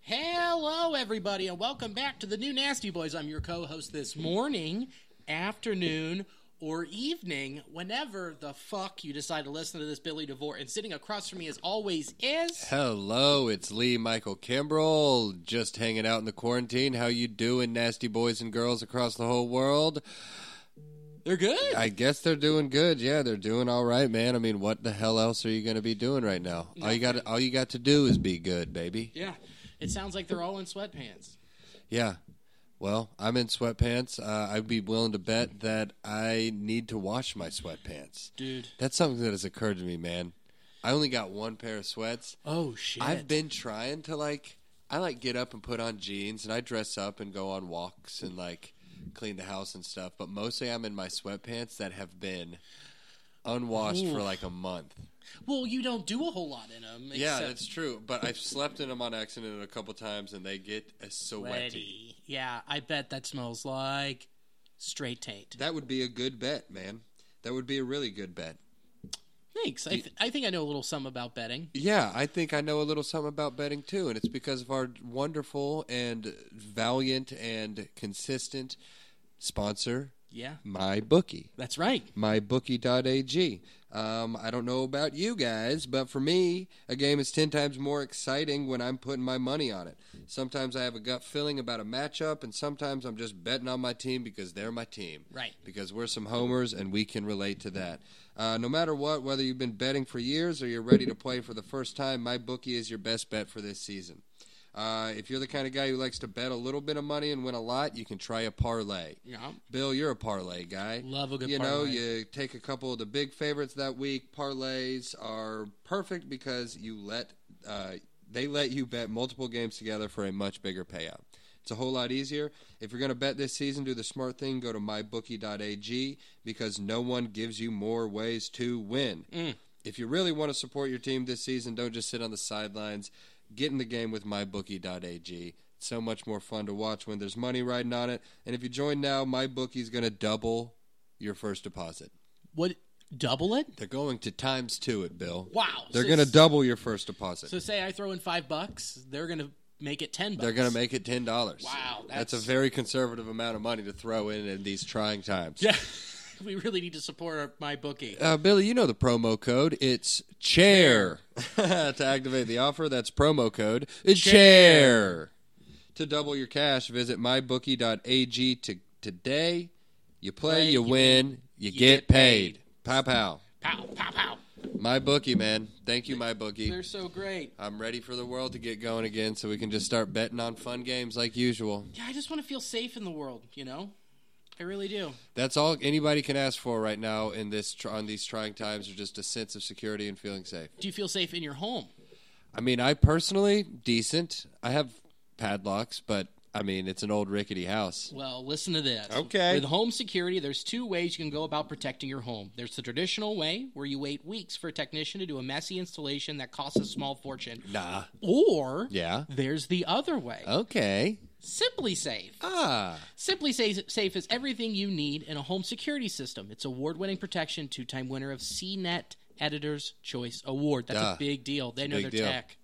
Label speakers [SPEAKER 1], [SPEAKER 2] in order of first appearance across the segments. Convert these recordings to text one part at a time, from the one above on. [SPEAKER 1] Hello, everybody, and welcome back to the new Nasty Boys. I'm your co host this morning, afternoon, or evening, whenever the fuck you decide to listen to this Billy DeVore. And sitting across from me, as always, is.
[SPEAKER 2] Hello, it's Lee Michael Kimbrell, just hanging out in the quarantine. How you doing, nasty boys and girls across the whole world?
[SPEAKER 1] They're good.
[SPEAKER 2] I guess they're doing good. Yeah, they're doing all right, man. I mean, what the hell else are you going to be doing right now? All you got all you got to do is be good, baby.
[SPEAKER 1] yeah. It sounds like they're all in sweatpants.
[SPEAKER 2] Yeah. Well, I'm in sweatpants. Uh, I'd be willing to bet that I need to wash my sweatpants.
[SPEAKER 1] Dude.
[SPEAKER 2] That's something that has occurred to me, man. I only got one pair of sweats.
[SPEAKER 1] Oh, shit.
[SPEAKER 2] I've been trying to like I like get up and put on jeans and I dress up and go on walks and like clean the house and stuff, but mostly I'm in my sweatpants that have been unwashed for like a month.
[SPEAKER 1] Well, you don't do a whole lot in them.
[SPEAKER 2] Yeah, that's true, but I've slept in them on accident a couple times and they get a sweaty.
[SPEAKER 1] sweaty. Yeah, I bet that smells like straight taint.
[SPEAKER 2] That would be a good bet, man. That would be a really good bet.
[SPEAKER 1] Thanks. I, th- I think I know a little something about betting.
[SPEAKER 2] Yeah, I think I know a little something about betting too, and it's because of our wonderful and valiant and consistent sponsor,
[SPEAKER 1] Yeah.
[SPEAKER 2] my bookie
[SPEAKER 1] That's right.
[SPEAKER 2] mybookie.ag um, i don't know about you guys but for me a game is 10 times more exciting when i'm putting my money on it sometimes i have a gut feeling about a matchup and sometimes i'm just betting on my team because they're my team
[SPEAKER 1] Right.
[SPEAKER 2] because we're some homers and we can relate to that uh, no matter what whether you've been betting for years or you're ready to play for the first time my bookie is your best bet for this season uh, if you're the kind of guy who likes to bet a little bit of money and win a lot, you can try a parlay.
[SPEAKER 1] Yeah.
[SPEAKER 2] Bill, you're a parlay guy.
[SPEAKER 1] Love a good
[SPEAKER 2] You know,
[SPEAKER 1] parlay.
[SPEAKER 2] you take a couple of the big favorites that week. Parlays are perfect because you let uh, they let you bet multiple games together for a much bigger payout. It's a whole lot easier. If you're going to bet this season, do the smart thing. Go to mybookie.ag because no one gives you more ways to win. If you really want to support your team this season, don't just sit on the sidelines. Get in the game with mybookie.ag. It's so much more fun to watch when there's money riding on it. And if you join now, MyBookie's going to double your first deposit.
[SPEAKER 1] What? Double it?
[SPEAKER 2] They're going to times two it, Bill.
[SPEAKER 1] Wow.
[SPEAKER 2] They're
[SPEAKER 1] So
[SPEAKER 2] going to
[SPEAKER 1] s-
[SPEAKER 2] double your first deposit.
[SPEAKER 1] So say I throw in five bucks, they're gonna make it ten bucks.
[SPEAKER 2] They're going to make it $10.
[SPEAKER 1] Wow,
[SPEAKER 2] That's,
[SPEAKER 1] that's-
[SPEAKER 2] a very conservative amount of money to throw in in these trying times.
[SPEAKER 1] Yeah. we really need to support our, my bookie.
[SPEAKER 2] Uh, Billy, you know the promo code. It's chair. to activate the offer, that's promo code. It's chair. To double your cash, visit mybookie.ag to, today. You play, you win, you, get, paid. Pow pow.
[SPEAKER 1] pow, pow, pow.
[SPEAKER 2] My bookie, man. Thank you, my bookie.
[SPEAKER 1] They're so great.
[SPEAKER 2] I'm ready for the world to get going again so we can just start betting on fun games like usual.
[SPEAKER 1] Yeah, I just want to feel safe in the world. You know, I really do.
[SPEAKER 2] That's all anybody can ask for right now in this tr- on these trying times are just a sense of security and feeling safe.
[SPEAKER 1] Do you feel safe in your home?
[SPEAKER 2] I mean, I personally decent. I have padlocks, but I mean, it's an old rickety house.
[SPEAKER 1] Well, listen to this.
[SPEAKER 2] Okay.
[SPEAKER 1] With home security, there's two ways you can go about protecting your home. There's the traditional way, where you wait weeks for a technician to do a messy installation that costs a small fortune.
[SPEAKER 2] Nah.
[SPEAKER 1] Or
[SPEAKER 2] Yeah.
[SPEAKER 1] there's the other way.
[SPEAKER 2] Okay.
[SPEAKER 1] Simply Safe.
[SPEAKER 2] Ah.
[SPEAKER 1] Simply Sa- Safe is everything you need in a home security system. It's award-winning protection, two-time winner of CNET Editor's Choice Award. That's
[SPEAKER 2] Duh.
[SPEAKER 1] a big deal. They know
[SPEAKER 2] big
[SPEAKER 1] their
[SPEAKER 2] deal.
[SPEAKER 1] tech.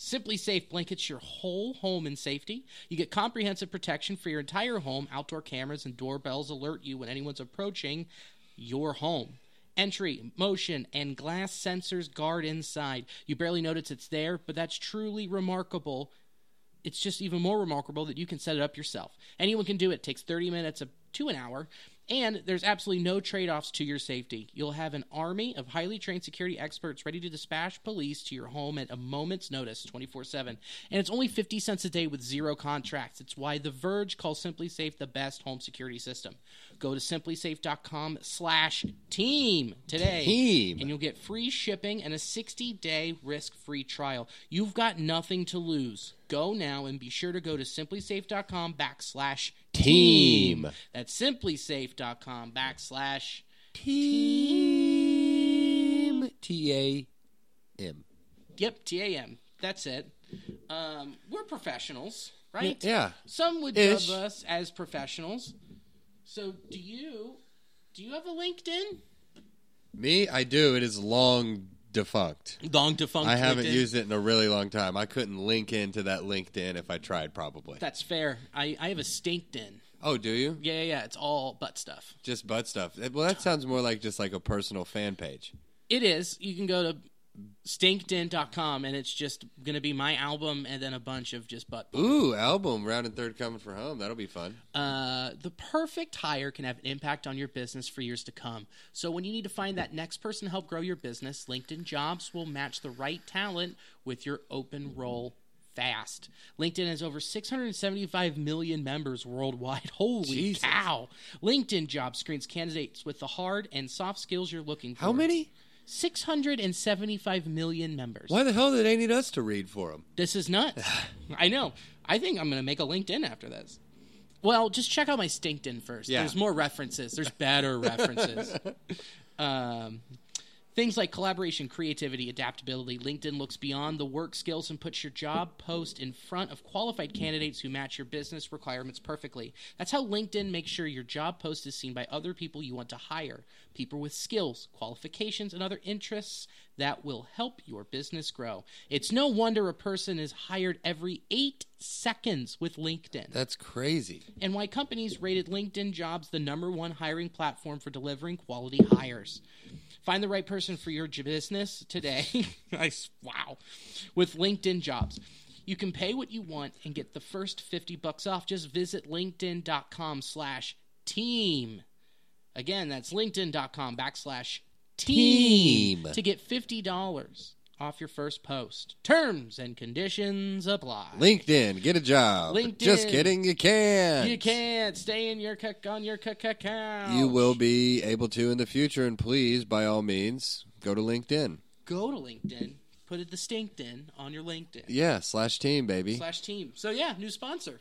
[SPEAKER 1] Simply Safe blankets your whole home in safety. You get comprehensive protection for your entire home. Outdoor cameras and doorbells alert you when anyone's approaching your home. Entry, motion, and glass sensors guard inside. You barely notice it's there, but that's truly remarkable it's just even more remarkable that you can set it up yourself. Anyone can do it. It takes 30 minutes up to an hour. And there's absolutely no trade offs to your safety. You'll have an army of highly trained security experts ready to dispatch police to your home at a moment's notice 24 7. And it's only 50 cents a day with zero contracts. It's why The Verge calls Simply Safe the best home security system. Go to simplysafe.com slash team today.
[SPEAKER 2] Team.
[SPEAKER 1] And you'll get free shipping and a 60 day risk free trial. You've got nothing to lose. Go now and be sure to go to simplysafe.com backslash
[SPEAKER 2] Team.
[SPEAKER 1] team. That's simplysafe.com backslash.
[SPEAKER 2] Team. T A M.
[SPEAKER 1] Yep, T A M. That's it. Um, we're professionals, right?
[SPEAKER 2] Yeah.
[SPEAKER 1] Some would
[SPEAKER 2] Ish.
[SPEAKER 1] dub us as professionals. So do you? Do you have a LinkedIn?
[SPEAKER 2] Me, I do. It is long defunct.
[SPEAKER 1] Long defunct.
[SPEAKER 2] I haven't used it in a really long time. I couldn't link into that LinkedIn if I tried, probably.
[SPEAKER 1] That's fair. I, I have a stinked in.
[SPEAKER 2] Oh, do you?
[SPEAKER 1] Yeah, yeah, yeah. It's all butt stuff.
[SPEAKER 2] Just butt stuff. Eh, Well, that sounds more like just like a personal fan page.
[SPEAKER 1] It is. You can go to stinkedin.com and it's just going to be my album and then a bunch of just butt.
[SPEAKER 2] Ooh, album round and third coming for home. That'll be fun.
[SPEAKER 1] Uh, the perfect hire can have an impact on your business for years to come. So when you need to find that next person to help grow your business, LinkedIn Jobs will match the right talent with your open role fast. LinkedIn has over 675 million members worldwide. Holy
[SPEAKER 2] Jesus.
[SPEAKER 1] cow. LinkedIn Jobs screens candidates with the hard and soft skills you're looking for.
[SPEAKER 2] How many?
[SPEAKER 1] 675 million members.
[SPEAKER 2] Why the hell did they need us to read for them?
[SPEAKER 1] This is nuts. I know. I think I'm going to make a LinkedIn after this. Well, just check out my Stinkedin first.
[SPEAKER 2] Yeah.
[SPEAKER 1] There's more references. There's better references. um, things like collaboration, creativity, adaptability. LinkedIn looks beyond the work skills and puts your job post in front of qualified candidates who match your business requirements perfectly. That's how LinkedIn makes sure your job post is seen by other people you want to hire, people with skills, qualifications, and other interests that will help your business grow. It's no wonder a person is hired every eight seconds with LinkedIn
[SPEAKER 2] That's crazy.
[SPEAKER 1] and why companies rated LinkedIn Jobs the number one hiring platform for delivering quality hires. Find the right person for your j- business today. nice. Wow. With LinkedIn Jobs. You can pay what you want and get the first 50 bucks off. Just visit linkedin.com slash team. Again, that's linkedin.com backslash team
[SPEAKER 2] Team.
[SPEAKER 1] to get $50 off your first post. Terms and conditions apply.
[SPEAKER 2] LinkedIn, get a job.
[SPEAKER 1] LinkedIn.
[SPEAKER 2] Just kidding, you can.
[SPEAKER 1] You can't stay in your cuck on your cuck cuck couch.
[SPEAKER 2] You will be able to in the future, and please, by all means, go to LinkedIn.
[SPEAKER 1] go to LinkedIn, put it distinct in on your LinkedIn
[SPEAKER 2] Yeah, slash team, baby.
[SPEAKER 1] slash team. So yeah, new sponsor.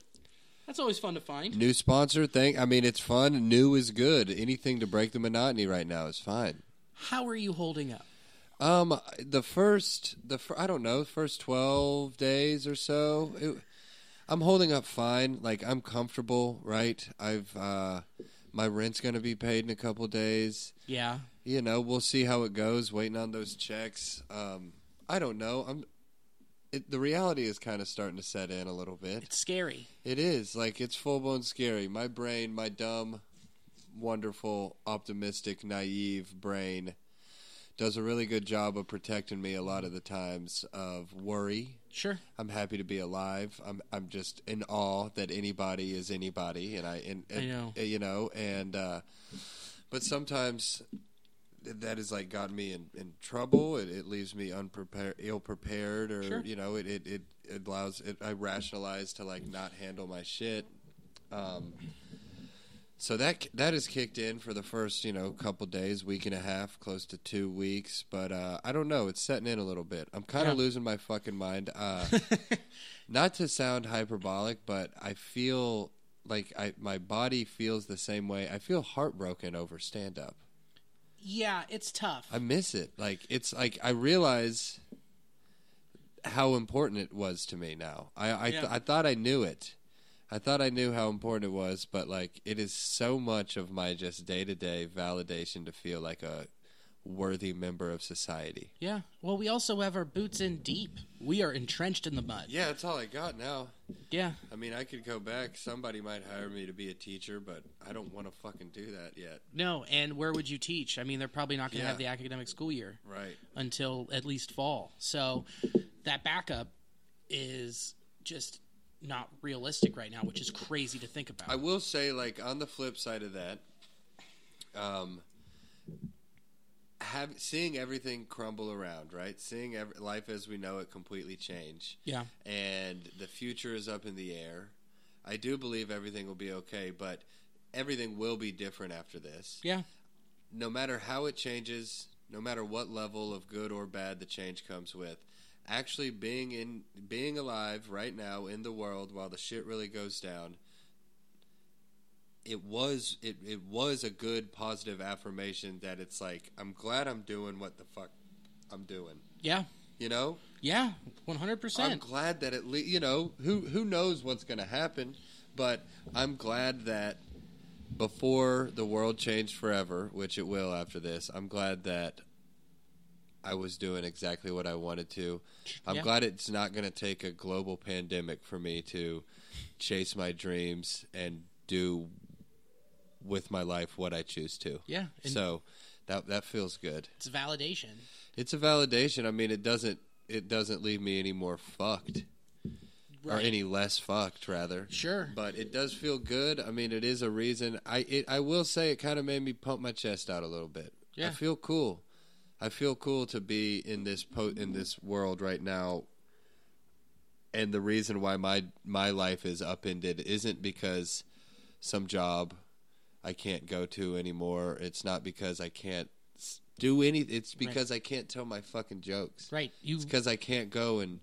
[SPEAKER 1] That's always fun to find.
[SPEAKER 2] New sponsor thing. I mean, it's fun. New is good. Anything to break the monotony right now is fine.
[SPEAKER 1] How are you holding up?
[SPEAKER 2] Um, the first, the fir- I don't know, first twelve days or so, it, I'm holding up fine. Like I'm comfortable, right? I've uh, my rent's gonna be paid in a couple days.
[SPEAKER 1] Yeah,
[SPEAKER 2] You know, we'll see how it goes. Waiting on those checks. Um, I don't know. I'm. It, the reality is kind of starting to set in a little bit.
[SPEAKER 1] it's scary.
[SPEAKER 2] It is like it's full blown scary. My brain, my dumb, wonderful, optimistic, naive brain, does a really good job of protecting me a lot of the times of worry.
[SPEAKER 1] Sure.
[SPEAKER 2] I'm happy to be alive. I'm I'm just in awe that anybody is anybody, and I and, and
[SPEAKER 1] I know.
[SPEAKER 2] you know and uh, but sometimes th- that has like gotten me in, in trouble. It, it leaves me unprepared, ill prepared, or
[SPEAKER 1] Sure.
[SPEAKER 2] you know it it, it it allows it. I rationalize to like not handle my shit. Um, so that that has kicked in for the first you know couple days, week and a half, close to two weeks. But uh, I don't know, it's setting in a little bit. I'm kind
[SPEAKER 1] Yeah.
[SPEAKER 2] of losing my fucking mind. Uh, not to sound hyperbolic, but I feel like I my body feels the same way. I feel heartbroken over stand up.
[SPEAKER 1] Yeah, it's tough.
[SPEAKER 2] I miss it. Like it's like I realize how important it was to me now. I I, th-
[SPEAKER 1] Yeah.
[SPEAKER 2] I thought I knew it. I thought I knew how important it was, but like it is so much of my just day to day validation to feel like a worthy member of society.
[SPEAKER 1] yeah. Well, we also have our boots in deep. We are entrenched in the mud.
[SPEAKER 2] Yeah, that's all I got now.
[SPEAKER 1] Yeah.
[SPEAKER 2] I mean, I could go back. Somebody might hire me to be a teacher, but I don't want to fucking do that yet.
[SPEAKER 1] No. And where would you teach? I mean, they're probably not going to
[SPEAKER 2] Yeah.
[SPEAKER 1] have the academic school year.
[SPEAKER 2] Right.
[SPEAKER 1] until at least fall. So that backup is just not realistic right now, which is crazy to think about.
[SPEAKER 2] I will say, like, on the flip side of that, um, have seeing everything crumble around, right? Seeing ev life as we know it completely change.
[SPEAKER 1] Yeah.
[SPEAKER 2] And the future is up in the air. I do believe everything will be okay, but everything will be different after this.
[SPEAKER 1] Yeah.
[SPEAKER 2] No matter how it changes, no matter what level of good or bad the change comes with, actually being in being alive right now in the world while the shit really goes down it was it, it was a good positive affirmation that it's like I'm glad I'm doing what the fuck I'm doing.
[SPEAKER 1] Yeah.
[SPEAKER 2] You know?
[SPEAKER 1] Yeah. One hundred
[SPEAKER 2] I'm
[SPEAKER 1] percent.
[SPEAKER 2] glad that at least you know, who who knows what's gonna happen, but I'm glad that before the world changed forever, which it will after this, I'm glad that I was doing exactly what I wanted to. I'm
[SPEAKER 1] Yeah.
[SPEAKER 2] glad it's not going to take a global pandemic for me to chase my dreams and do with my life what I choose to.
[SPEAKER 1] Yeah, and-
[SPEAKER 2] so that that feels good.
[SPEAKER 1] It's validation.
[SPEAKER 2] It's a validation. I mean, it doesn't it doesn't leave me any more fucked or
[SPEAKER 1] Right.
[SPEAKER 2] any less fucked rather.
[SPEAKER 1] Sure.
[SPEAKER 2] But it does feel good. I mean, it is a reason. I it, I will say it kind of made me pump my chest out a little bit. I
[SPEAKER 1] Yeah.
[SPEAKER 2] feel cool. I feel cool to be in this po- in this world right now. And the reason why my my life is upended isn't because some job I can't go to anymore. It's not because I can't s- do any. It's because I can't tell my fucking jokes.
[SPEAKER 1] Right. You
[SPEAKER 2] It's because I can't go and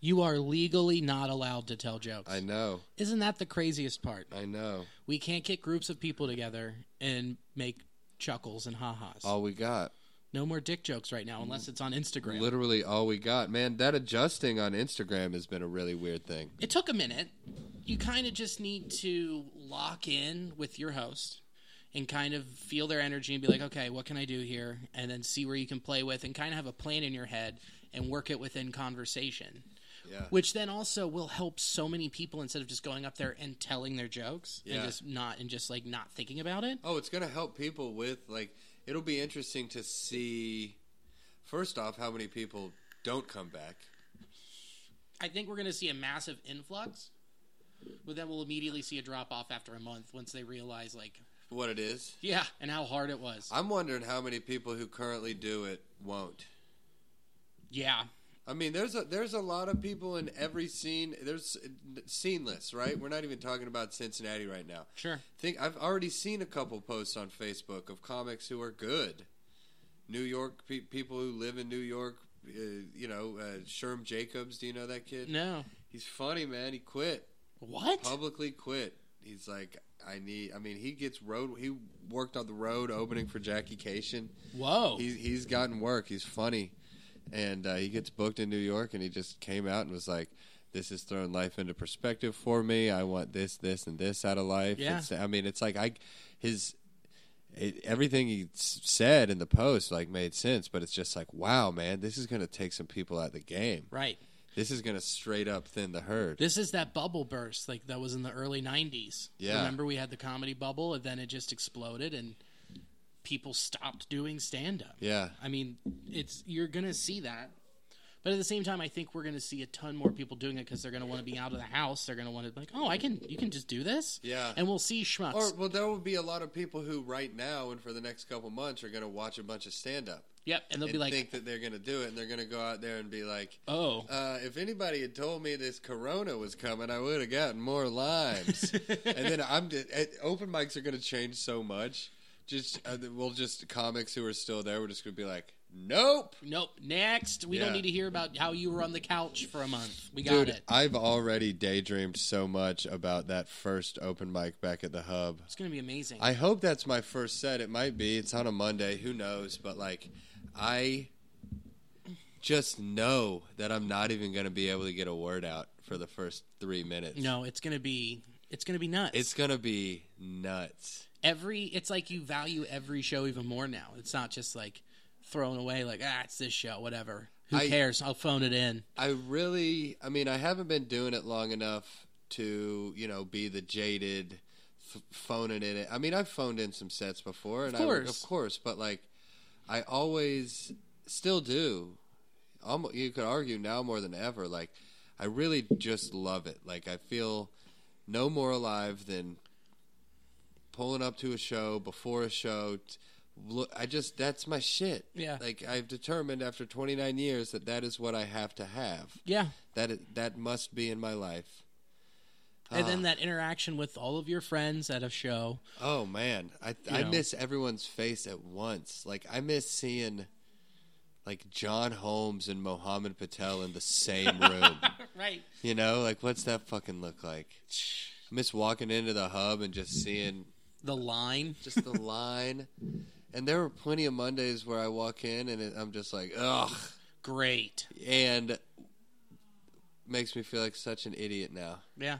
[SPEAKER 1] you are legally not allowed to tell jokes.
[SPEAKER 2] I know.
[SPEAKER 1] Isn't that the craziest part?
[SPEAKER 2] I know.
[SPEAKER 1] We can't get groups of people together and make chuckles and ha-has.
[SPEAKER 2] All we got.
[SPEAKER 1] No more dick jokes right now unless it's on Instagram.
[SPEAKER 2] Literally all we got. Man, that adjusting on Instagram has been a really weird thing.
[SPEAKER 1] it took a minute. You kind of just need to lock in with your host and kind of feel their energy and be like, okay, what can I do here? And then see where you can play with and kind of have a plan in your head and work it within conversation.
[SPEAKER 2] Yeah.
[SPEAKER 1] Which then also will help so many people instead of just going up there and telling their jokes
[SPEAKER 2] Yeah.
[SPEAKER 1] and just not and just like not thinking about it.
[SPEAKER 2] Oh, it's going to help people with, like, it'll be interesting to see, first off, how many people don't come back.
[SPEAKER 1] I think we're going to see a massive influx, but then we'll immediately see a drop off after a month once they realize like
[SPEAKER 2] What it is.
[SPEAKER 1] yeah and how hard it was.
[SPEAKER 2] I'm wondering how many people who currently do it won't.
[SPEAKER 1] yeah.
[SPEAKER 2] I mean, there's a there's a lot of people in every scene. There's sceneless, right? We're not even talking about Cincinnati right now.
[SPEAKER 1] Sure.
[SPEAKER 2] Think I've already seen a couple posts on Facebook of comics who are good. New York pe- people who live in New York, uh, you know, uh, Sherm Jacobs. Do you know that kid?
[SPEAKER 1] No.
[SPEAKER 2] He's funny, man. He quit
[SPEAKER 1] What?
[SPEAKER 2] publicly. Quit. He's like, I need. I mean, he gets road. He worked on the road opening for Jackie Cation.
[SPEAKER 1] Whoa.
[SPEAKER 2] He's he's gotten work. He's funny, and uh, he gets booked in New York. And he just came out and was like, "This has thrown life into perspective for me. I want this, this, and this out of life."
[SPEAKER 1] Yeah.
[SPEAKER 2] It's, I mean, it's like I his. It, everything he s- said in the post like made sense, but it's just like, wow, man, this is gonna take some people out of the game.
[SPEAKER 1] right.
[SPEAKER 2] This is gonna straight up thin the herd.
[SPEAKER 1] This is that bubble burst like that was in the early 90s.
[SPEAKER 2] Yeah.
[SPEAKER 1] Remember we had the comedy bubble and then it just exploded and people stopped doing stand up.
[SPEAKER 2] yeah,
[SPEAKER 1] I mean, it's you're going to see that. But at the same time, I think we're going to see a ton more people doing it because they're going to want to be out of the house. They're going to want to like, oh, I can, you can just do this.
[SPEAKER 2] Yeah.
[SPEAKER 1] And we'll see schmucks.
[SPEAKER 2] or well, there will be a lot of people who right now and for the next couple months are gonna watch a bunch of stand up.
[SPEAKER 1] yep. And they'll
[SPEAKER 2] and
[SPEAKER 1] be like,
[SPEAKER 2] think that they're going to do it, and they're going to go out there and be like,
[SPEAKER 1] oh,
[SPEAKER 2] uh, "If anybody had told me this Corona was coming, I would have gotten more limes." and then I'm just, open mics are going to change so much. Just uh, we'll just comics who are still there, we're just going to be like, "Nope."
[SPEAKER 1] nope. Next, we
[SPEAKER 2] Yeah.
[SPEAKER 1] don't need to hear about how you were on the couch for a month. We got
[SPEAKER 2] Dude,
[SPEAKER 1] it.
[SPEAKER 2] I've already daydreamed so much about that first open mic back at the hub.
[SPEAKER 1] It's going to be amazing.
[SPEAKER 2] I hope that's my first set. It might be. It's on a Monday. Who knows? But like, I just know that I'm not even going to be able to get a word out for the first three minutes.
[SPEAKER 1] No, it's gonna be it's gonna be nuts.
[SPEAKER 2] it's going to be nuts.
[SPEAKER 1] every it's like you value every show even more now. It's not just like thrown away like ah it's this show whatever. Who
[SPEAKER 2] I-
[SPEAKER 1] cares? I'll phone it in.
[SPEAKER 2] I really, I mean, I haven't been doing it long enough to, you know, be the jaded th- phoning in it. I mean, I've phoned in some sets before, and
[SPEAKER 1] Of
[SPEAKER 2] I, would-
[SPEAKER 1] course.
[SPEAKER 2] of course, but like, I always still do. Almost, you could argue now more than ever. Like, I really just love it. Like, I feel no more alive than pulling up to a show before a show. T- look, I just that's my shit.
[SPEAKER 1] Yeah.
[SPEAKER 2] Like I've determined after 29 years that that is what I have to have.
[SPEAKER 1] Yeah.
[SPEAKER 2] That it, that must be in my life.
[SPEAKER 1] And then
[SPEAKER 2] Ah.
[SPEAKER 1] that interaction with all of your friends at a show.
[SPEAKER 2] Oh man, I I
[SPEAKER 1] know.
[SPEAKER 2] miss everyone's face at once. Like I miss seeing like John Holmes and Mohammed Patel in the same room.
[SPEAKER 1] Right.
[SPEAKER 2] you know, like what's that fucking look like? I miss walking into the hub and just seeing
[SPEAKER 1] The line.
[SPEAKER 2] just the line. And there were plenty of Mondays where I walk in and it, I'm just like, ugh,
[SPEAKER 1] Great.
[SPEAKER 2] and makes me feel like such an idiot now.
[SPEAKER 1] Yeah.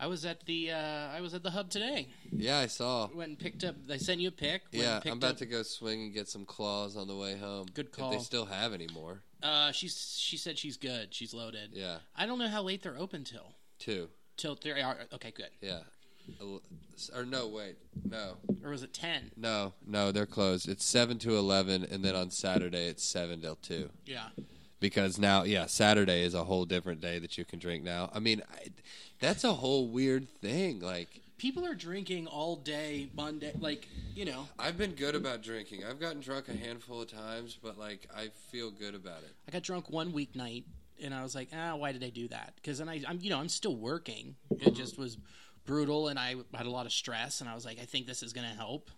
[SPEAKER 1] I was at the uh, I was at the hub today.
[SPEAKER 2] Yeah, I saw.
[SPEAKER 1] Went and picked up. They sent you a pic. Went
[SPEAKER 2] Yeah,
[SPEAKER 1] and picked
[SPEAKER 2] I'm about
[SPEAKER 1] up-
[SPEAKER 2] to go swing and get some claws on the way home.
[SPEAKER 1] Good
[SPEAKER 2] If
[SPEAKER 1] call.
[SPEAKER 2] they still have any more.
[SPEAKER 1] Uh, she's she said she's good. She's loaded.
[SPEAKER 2] Yeah,
[SPEAKER 1] I don't know how late they're open till.
[SPEAKER 2] two.
[SPEAKER 1] Till three. Are, okay, good.
[SPEAKER 2] Yeah. El- Or no, wait, no,
[SPEAKER 1] Or was it ten?
[SPEAKER 2] no, no. They're closed. It's seven to eleven, and then on Saturday it's seven till two.
[SPEAKER 1] Yeah.
[SPEAKER 2] because now yeah saturday is a whole different day that you can drink now i mean I, that's a whole weird thing like
[SPEAKER 1] People are drinking all day Monday. Like you know,
[SPEAKER 2] i've been good about drinking i've gotten drunk a handful of times but like i feel good about it
[SPEAKER 1] I got drunk one weeknight, and I was like, ah, why did I do that? Because then I, I'm, you know, I'm still working. It just was brutal, and I had a lot of stress, and I was like, I think this is gonna help,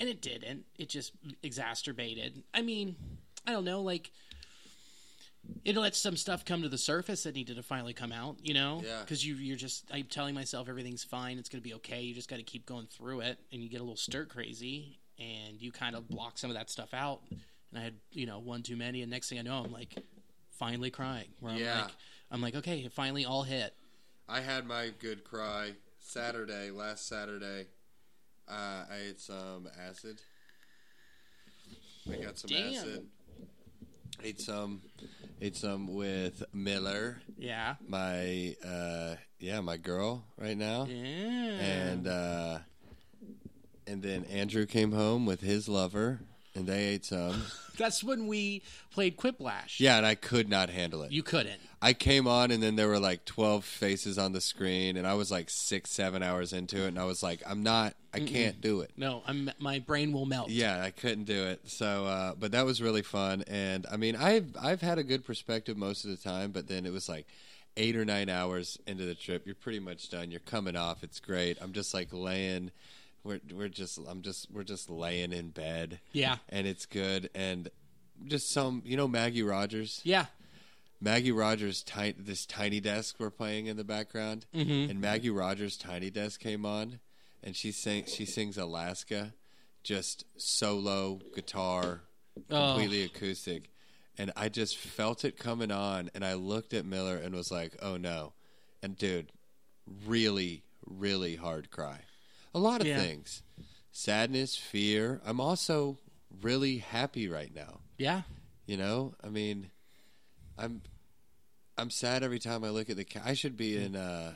[SPEAKER 1] and it didn't. It just exacerbated. I mean, I don't know, like. It lets some stuff come to the surface that needed to finally come out, you know?
[SPEAKER 2] Yeah.
[SPEAKER 1] Because you, you're just, I'm telling myself everything's fine. It's going to be okay. You just got to keep going through it. And you get a little stir crazy and you kind of block some of that stuff out. And I had, you know, one too many. And next thing I know, I'm like finally crying. Where I'm
[SPEAKER 2] Yeah.
[SPEAKER 1] like, I'm like, okay, it finally all hit.
[SPEAKER 2] i had my good cry saturday last saturday uh, i ate some acid i got some
[SPEAKER 1] Damn.
[SPEAKER 2] acid ate some ate some with miller
[SPEAKER 1] Yeah.
[SPEAKER 2] my uh, yeah my girl right now
[SPEAKER 1] Yeah.
[SPEAKER 2] and uh, and then Andrew came home with his lover, and they ate some.
[SPEAKER 1] That's when we played Quiplash.
[SPEAKER 2] Yeah, and I could not handle it.
[SPEAKER 1] You couldn't.
[SPEAKER 2] I came on, and then there were like twelve faces on the screen, and I was like six, seven hours into it, and I was like, I'm not, I can't do it.
[SPEAKER 1] No, I'm, my brain will melt.
[SPEAKER 2] Yeah, I couldn't do it. So, uh, but that was really fun, and I mean, I've I've had a good perspective most of the time, but then it was like. Eight or nine hours into the trip, you're pretty much done. You're coming off. It's great. I'm just like laying. We're we're just I'm just we're just laying in bed.
[SPEAKER 1] Yeah.
[SPEAKER 2] and it's good. And just some you know Maggie Rogers.
[SPEAKER 1] Yeah.
[SPEAKER 2] Maggie Rogers' ti- this tiny desk we're playing in the background, and Maggie Rogers' tiny desk came on, and she sang she sings Alaska, just solo guitar, completely acoustic, and I just felt it coming on, and I looked at Miller and was like, oh no, and dude, really really hard cry, a lot of
[SPEAKER 1] Yeah.
[SPEAKER 2] things, sadness, fear. I'm also really happy right now.
[SPEAKER 1] Yeah.
[SPEAKER 2] You know, I mean, I'm I'm sad every time I look at the. Ca- I should be
[SPEAKER 1] Mm-hmm.
[SPEAKER 2] in uh,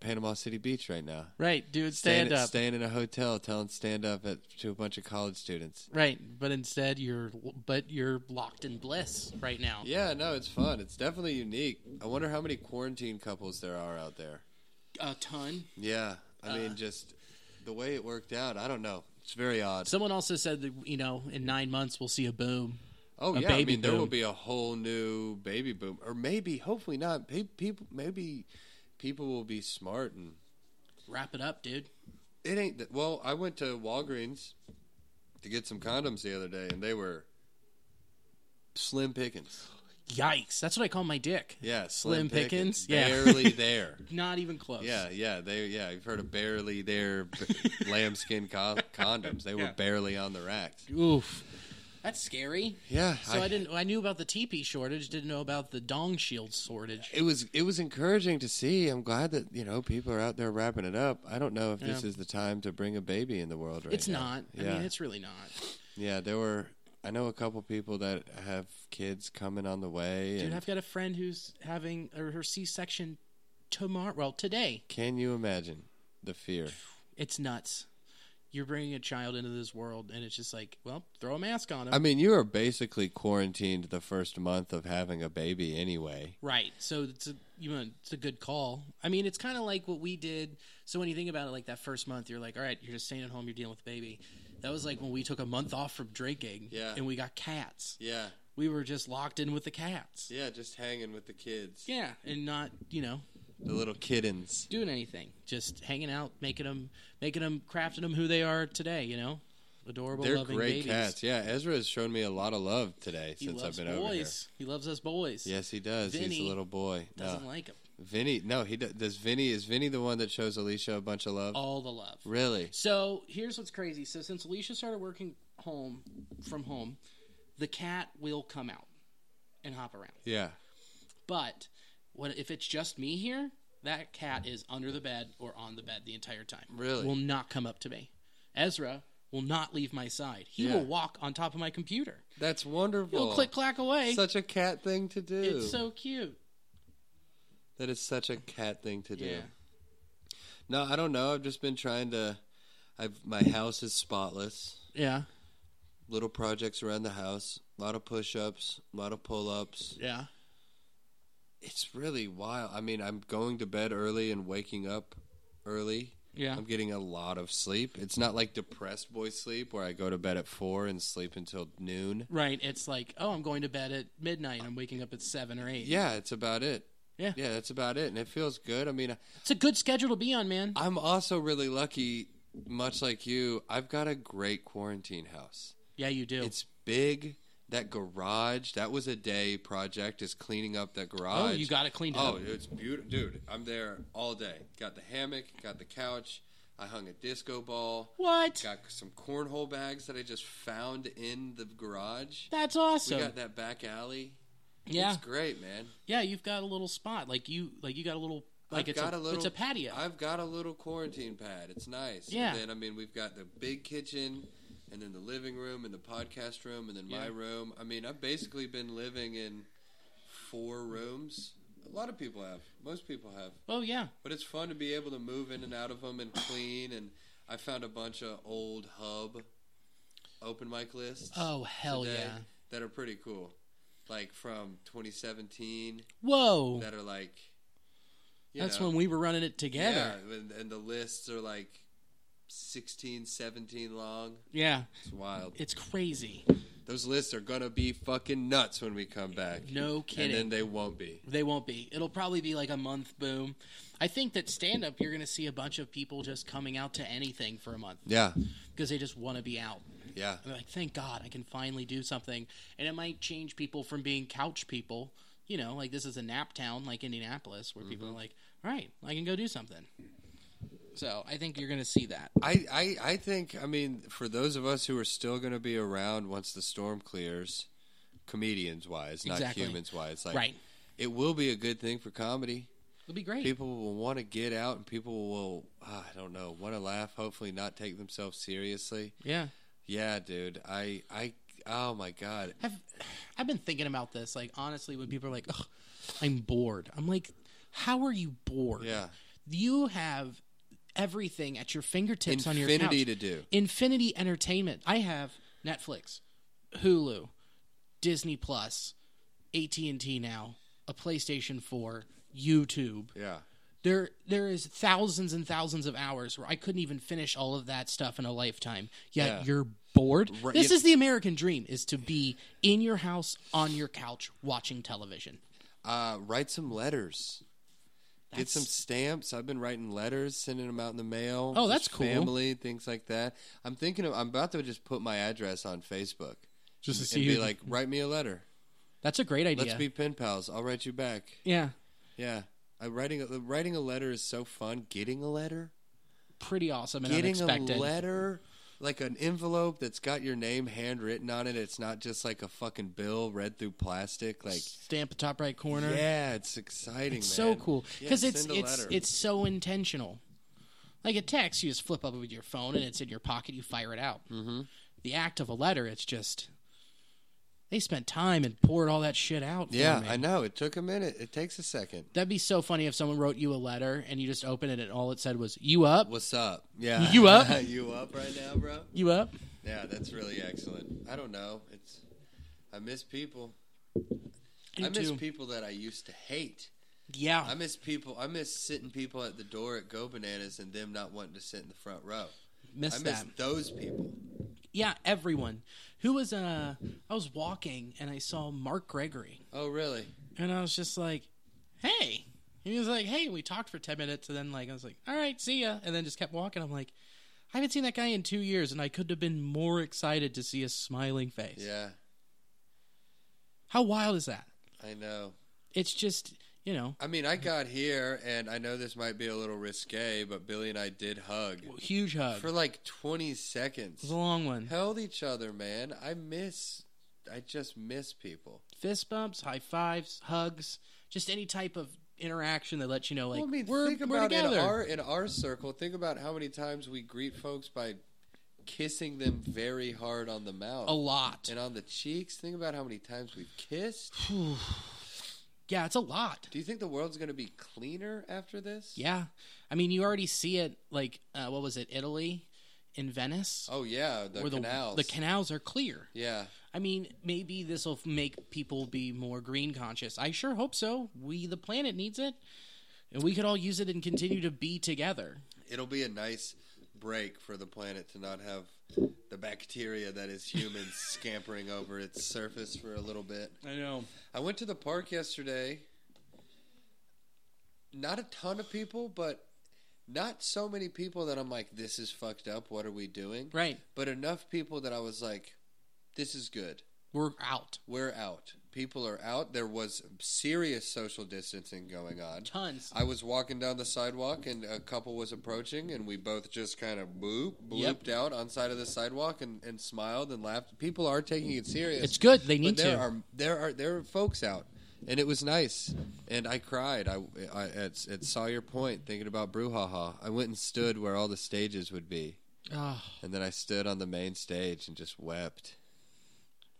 [SPEAKER 2] Panama City Beach right now.
[SPEAKER 1] Right, dude.
[SPEAKER 2] Staying-
[SPEAKER 1] Stand up.
[SPEAKER 2] Staying in a hotel, telling stand up at, to a bunch of college students.
[SPEAKER 1] Right, but instead you're but you're locked in bliss right now.
[SPEAKER 2] Yeah, no, it's fun. It's definitely unique. I wonder how many quarantine couples there are out there.
[SPEAKER 1] A ton.
[SPEAKER 2] Yeah, I
[SPEAKER 1] Uh.
[SPEAKER 2] mean, just the way it worked out. I don't know. It's very odd.
[SPEAKER 1] Someone also said that you know in nine months we'll see a boom.
[SPEAKER 2] Oh
[SPEAKER 1] a
[SPEAKER 2] yeah,
[SPEAKER 1] baby
[SPEAKER 2] I mean there will
[SPEAKER 1] boom.
[SPEAKER 2] be a whole new baby boom, or maybe, hopefully not. Pe- People, maybe people will be smart and
[SPEAKER 1] Wrap it up, dude.
[SPEAKER 2] It ain't that. Well, I went to Walgreens to get some condoms the other day, and they were slim pickings.
[SPEAKER 1] Yikes! That's what I call my dick.
[SPEAKER 2] Yeah,
[SPEAKER 1] Slim
[SPEAKER 2] slim,
[SPEAKER 1] pickings? Yeah.
[SPEAKER 2] barely there.
[SPEAKER 1] Not even close.
[SPEAKER 2] Yeah, yeah, they yeah. You've heard of barely there b- lambskin co- condoms. They were barely on the racks.
[SPEAKER 1] Oof. That's scary.
[SPEAKER 2] Yeah,
[SPEAKER 1] So I, didn't. I knew about the teepee shortage. Didn't know about the dong shield shortage.
[SPEAKER 2] It was it was encouraging to see. I'm glad that you know people are out there wrapping it up. I don't know if this
[SPEAKER 1] Yeah.
[SPEAKER 2] is the time to bring a baby in the world right
[SPEAKER 1] It's
[SPEAKER 2] now.
[SPEAKER 1] not. I mean, it's really not.
[SPEAKER 2] Yeah, there were. I know a couple people that have kids coming on the way.
[SPEAKER 1] Dude,
[SPEAKER 2] and
[SPEAKER 1] I've got a friend who's having her her C-section tomorrow. Well, today.
[SPEAKER 2] can you imagine the fear?
[SPEAKER 1] It's nuts. You're bringing a child into this world, and it's just like, well, throw a mask on him.
[SPEAKER 2] I mean, you are basically quarantined the first month of having a baby anyway.
[SPEAKER 1] Right. So it's a, you know, it's a good call. I mean, it's kind of like what we did. So when you think about it, like that first month, you're like, all right, you're just staying at home, you're dealing with the baby. That was like when we took a month off from drinking,
[SPEAKER 2] Yeah.
[SPEAKER 1] and we got cats.
[SPEAKER 2] Yeah.
[SPEAKER 1] We were just locked in with the cats.
[SPEAKER 2] Yeah, just hanging with the kids.
[SPEAKER 1] Yeah, and not you know
[SPEAKER 2] The little kittens.
[SPEAKER 1] doing anything, just hanging out, making them, making them, crafting them who they are today. You know, adorable,
[SPEAKER 2] They're
[SPEAKER 1] loving
[SPEAKER 2] great
[SPEAKER 1] babies.
[SPEAKER 2] cats. Yeah, Ezra has shown me a lot of love today
[SPEAKER 1] He
[SPEAKER 2] since I've
[SPEAKER 1] loves
[SPEAKER 2] been over here.
[SPEAKER 1] boys. He loves us boys.
[SPEAKER 2] Yes, he does. He's a
[SPEAKER 1] Vinny
[SPEAKER 2] little boy. No.
[SPEAKER 1] doesn't like them.
[SPEAKER 2] Vinny, no, he do- does. Vinny is Vinny the one that shows Alicia a bunch of love?
[SPEAKER 1] All the love.
[SPEAKER 2] Really?
[SPEAKER 1] So here's what's crazy. So since Alicia started working home from home, the cat will come out and hop around.
[SPEAKER 2] Yeah.
[SPEAKER 1] But what if it's just me here? That cat is under the bed or on the bed the entire time.
[SPEAKER 2] Really?
[SPEAKER 1] Will not come up to me. Ezra will not leave my side. He
[SPEAKER 2] Yeah.
[SPEAKER 1] will walk on top of my computer.
[SPEAKER 2] That's wonderful.
[SPEAKER 1] He'll click clack away.
[SPEAKER 2] Such a cat thing to do.
[SPEAKER 1] it's so cute.
[SPEAKER 2] that is such a cat thing to do.
[SPEAKER 1] Yeah.
[SPEAKER 2] No, I don't know. I've just been trying to. I've my house is spotless.
[SPEAKER 1] Yeah.
[SPEAKER 2] Little projects around the house. A lot of push-ups. A lot of pull-ups.
[SPEAKER 1] Yeah.
[SPEAKER 2] It's really wild. I mean, I'm going to bed early and waking up early.
[SPEAKER 1] Yeah.
[SPEAKER 2] I'm getting a lot of sleep. It's not like depressed boy sleep where I go to bed at four and sleep until noon.
[SPEAKER 1] Right. It's like, oh, I'm going to bed at midnight. and I'm waking up at seven or eight.
[SPEAKER 2] Yeah, it's about it.
[SPEAKER 1] Yeah.
[SPEAKER 2] Yeah, that's about it. And it feels good. I mean,
[SPEAKER 1] It's a good schedule to be on, man.
[SPEAKER 2] I'm also really lucky, much like you, I've got a great quarantine house.
[SPEAKER 1] Yeah, you do.
[SPEAKER 2] It's big. That garage, that was a day project, is cleaning up that
[SPEAKER 1] oh,
[SPEAKER 2] garage.
[SPEAKER 1] you got it cleaned
[SPEAKER 2] Oh,
[SPEAKER 1] up.
[SPEAKER 2] it's beautiful. Dude, I'm there all day. Got the hammock, got the couch. I hung a disco ball.
[SPEAKER 1] What?
[SPEAKER 2] Got some cornhole bags that I just found in the garage.
[SPEAKER 1] That's
[SPEAKER 2] we
[SPEAKER 1] awesome.
[SPEAKER 2] got that back alley.
[SPEAKER 1] yeah,
[SPEAKER 2] It's great, man.
[SPEAKER 1] yeah. You've got a little spot, like you, like you got a little, like
[SPEAKER 2] I've
[SPEAKER 1] it's
[SPEAKER 2] got
[SPEAKER 1] a,
[SPEAKER 2] little,
[SPEAKER 1] it's a patio.
[SPEAKER 2] I've got a little quarantine pad. It's nice.
[SPEAKER 1] Yeah.
[SPEAKER 2] And then I mean, we've got the big kitchen, and then the living room, and the podcast room, and then my
[SPEAKER 1] Yeah.
[SPEAKER 2] room. I mean, I've basically been living in four rooms. A lot of people have. Most people have.
[SPEAKER 1] oh yeah,
[SPEAKER 2] But it's fun to be able to move in and out of them and clean. And I found a bunch of old hub open mic lists.
[SPEAKER 1] Oh, hell
[SPEAKER 2] today
[SPEAKER 1] yeah.
[SPEAKER 2] That are pretty cool. Like from 2017,
[SPEAKER 1] whoa.
[SPEAKER 2] that are like. you
[SPEAKER 1] That's
[SPEAKER 2] know,
[SPEAKER 1] when we were running it
[SPEAKER 2] yeah,
[SPEAKER 1] together.
[SPEAKER 2] and, and the lists are like 16, 17 long.
[SPEAKER 1] Yeah,
[SPEAKER 2] It's wild.
[SPEAKER 1] it's crazy.
[SPEAKER 2] Those lists are gonna be fucking nuts when we come back.
[SPEAKER 1] No
[SPEAKER 2] And
[SPEAKER 1] kidding.
[SPEAKER 2] then they won't be.
[SPEAKER 1] They won't be. It'll probably be like a month boom. I think that stand up, you're going to see a bunch of people just coming out to anything for a month
[SPEAKER 2] Yeah,
[SPEAKER 1] because they just want to be out.
[SPEAKER 2] yeah,
[SPEAKER 1] And they're like, thank God I can finally do something. And it might change people from being couch people. You know, like this is a nap town like Indianapolis where people are like, all right, I can go do something. So I think you're going to see that.
[SPEAKER 2] I, I, I think, I mean, for those of us who are still going to be around once the storm clears, comedians wise, not
[SPEAKER 1] Exactly.
[SPEAKER 2] humans wise, like,
[SPEAKER 1] Right.
[SPEAKER 2] it will be a good thing for comedy.
[SPEAKER 1] It'll be great.
[SPEAKER 2] People will want to get out and people will, ah, I don't know, want to laugh, hopefully not take themselves seriously.
[SPEAKER 1] yeah.
[SPEAKER 2] Yeah, dude. I, I, oh my God.
[SPEAKER 1] I've, I've been thinking about this. Like, honestly, when people are like, Ugh, I'm bored, I'm like, how are you bored?
[SPEAKER 2] Yeah.
[SPEAKER 1] You have everything at your fingertips on your couch.
[SPEAKER 2] Infinity to do.
[SPEAKER 1] Infinity Entertainment. I have Netflix, Hulu, Disney Plus, AT&T now, a PlayStation 4, YouTube.
[SPEAKER 2] Yeah.
[SPEAKER 1] There there is thousands and thousands of hours where I couldn't even finish all of that stuff in a lifetime. Yet
[SPEAKER 2] Yeah.
[SPEAKER 1] you're bored.
[SPEAKER 2] Right,
[SPEAKER 1] This
[SPEAKER 2] you-
[SPEAKER 1] is the American dream is to be in your house on your couch watching television.
[SPEAKER 2] Uh, write some letters. Get some stamps. I've been writing letters, sending them out in the mail.
[SPEAKER 1] Oh, that's
[SPEAKER 2] Just
[SPEAKER 1] cool.
[SPEAKER 2] Family, things like that. I'm thinking of, I'm about to just put my address on Facebook
[SPEAKER 1] Just to
[SPEAKER 2] and be like, write me a letter.
[SPEAKER 1] That's a great idea.
[SPEAKER 2] Let's be pen pals. I'll write you back.
[SPEAKER 1] yeah.
[SPEAKER 2] Yeah. I, writing a, writing a letter is so fun. Getting a letter,
[SPEAKER 1] Pretty awesome and
[SPEAKER 2] getting
[SPEAKER 1] unexpected.
[SPEAKER 2] a letter, like an envelope that's got your name handwritten on it. It's not just like a fucking bill read through plastic. Like
[SPEAKER 1] Stamp the top right corner.
[SPEAKER 2] Yeah, it's exciting.
[SPEAKER 1] It's so
[SPEAKER 2] man.
[SPEAKER 1] cool
[SPEAKER 2] Yeah,
[SPEAKER 1] because it's
[SPEAKER 2] send a
[SPEAKER 1] it's
[SPEAKER 2] letter.
[SPEAKER 1] it's so intentional. Like a text, you just flip up with your phone and it's in your pocket. You fire it out. Mm-hmm. The act of a letter, it's just They spent time and poured all that shit out. for
[SPEAKER 2] Yeah,
[SPEAKER 1] me.
[SPEAKER 2] I know. It took a minute. It takes a second.
[SPEAKER 1] That'd be so funny if someone wrote you a letter and you just opened it and all it said was "You up?
[SPEAKER 2] What's up? Yeah.
[SPEAKER 1] You up?
[SPEAKER 2] you up right now, bro?
[SPEAKER 1] You up?"
[SPEAKER 2] Yeah, that's really excellent. I don't know. It's I miss people.
[SPEAKER 1] You
[SPEAKER 2] I miss
[SPEAKER 1] too.
[SPEAKER 2] people that I used to hate.
[SPEAKER 1] Yeah,
[SPEAKER 2] I miss people. I miss sitting people at the door at Go Bananas and them not wanting to sit in the front row.
[SPEAKER 1] miss
[SPEAKER 2] I
[SPEAKER 1] that.
[SPEAKER 2] miss those people.
[SPEAKER 1] Yeah, everyone. Who was uh? I was walking and I saw Mark Gregory.
[SPEAKER 2] Oh, really?
[SPEAKER 1] And I was just like, hey. He was like, hey, we talked for 10 minutes. And then, like, I was like, all right, see ya. And then just kept walking. I'm like, I haven't seen that guy in two years. And I could have been more excited to see a smiling face.
[SPEAKER 2] Yeah,
[SPEAKER 1] How wild is that?
[SPEAKER 2] I know.
[SPEAKER 1] It's just, you know,
[SPEAKER 2] I mean, I got here, and I know this might be a little risque, but Billy and I did hug
[SPEAKER 1] huge hug.
[SPEAKER 2] for
[SPEAKER 1] It
[SPEAKER 2] like 20 seconds.
[SPEAKER 1] was a long one.
[SPEAKER 2] Held each other, man. I miss. I just miss people.
[SPEAKER 1] Fist bumps, high fives, hugs, just any type of interaction that lets you know, like,
[SPEAKER 2] well, I mean,
[SPEAKER 1] we're,
[SPEAKER 2] think
[SPEAKER 1] we're
[SPEAKER 2] about in
[SPEAKER 1] together.
[SPEAKER 2] our in our circle. Think about how many times we greet folks by kissing them very hard on the mouth.
[SPEAKER 1] a lot.
[SPEAKER 2] And on the cheeks, think about how many times we've kissed.
[SPEAKER 1] Yeah, it's a lot.
[SPEAKER 2] Do you think the world's going to be cleaner after this?
[SPEAKER 1] Yeah. I mean, you already see it, like, uh, what was it, Italy in Venice?
[SPEAKER 2] Oh yeah, the
[SPEAKER 1] where the
[SPEAKER 2] canals.
[SPEAKER 1] the canals are clear.
[SPEAKER 2] Yeah,
[SPEAKER 1] I mean, maybe this will make people be more green conscious. I sure hope so. We the planet needs it, and we could all use it and continue to be together.
[SPEAKER 2] it'll be a nice break for the planet to not have the bacteria that is humans scampering over its surface for a little bit.
[SPEAKER 1] I know.
[SPEAKER 2] I went to the park yesterday. Not a ton of people, but not so many people that I'm like, this is fucked up. What are we doing?
[SPEAKER 1] Right.
[SPEAKER 2] But enough people that I was like, this is good.
[SPEAKER 1] We're out.
[SPEAKER 2] We're out. People are out. There was serious social distancing going on.
[SPEAKER 1] Tons.
[SPEAKER 2] I was walking down the sidewalk and a couple was approaching, and we both just kind of boop,
[SPEAKER 1] Yep.
[SPEAKER 2] blooped out on side of the sidewalk and, and smiled and laughed. People are taking it serious.
[SPEAKER 1] It's good. They need
[SPEAKER 2] but there
[SPEAKER 1] to.
[SPEAKER 2] Are, there are there are folks out, and it was nice. And I cried. I, I at, at Sawyer Point thinking about Brouhaha. I went and stood where all the stages would be,
[SPEAKER 1] Ah,
[SPEAKER 2] and then I stood on the main stage and just wept.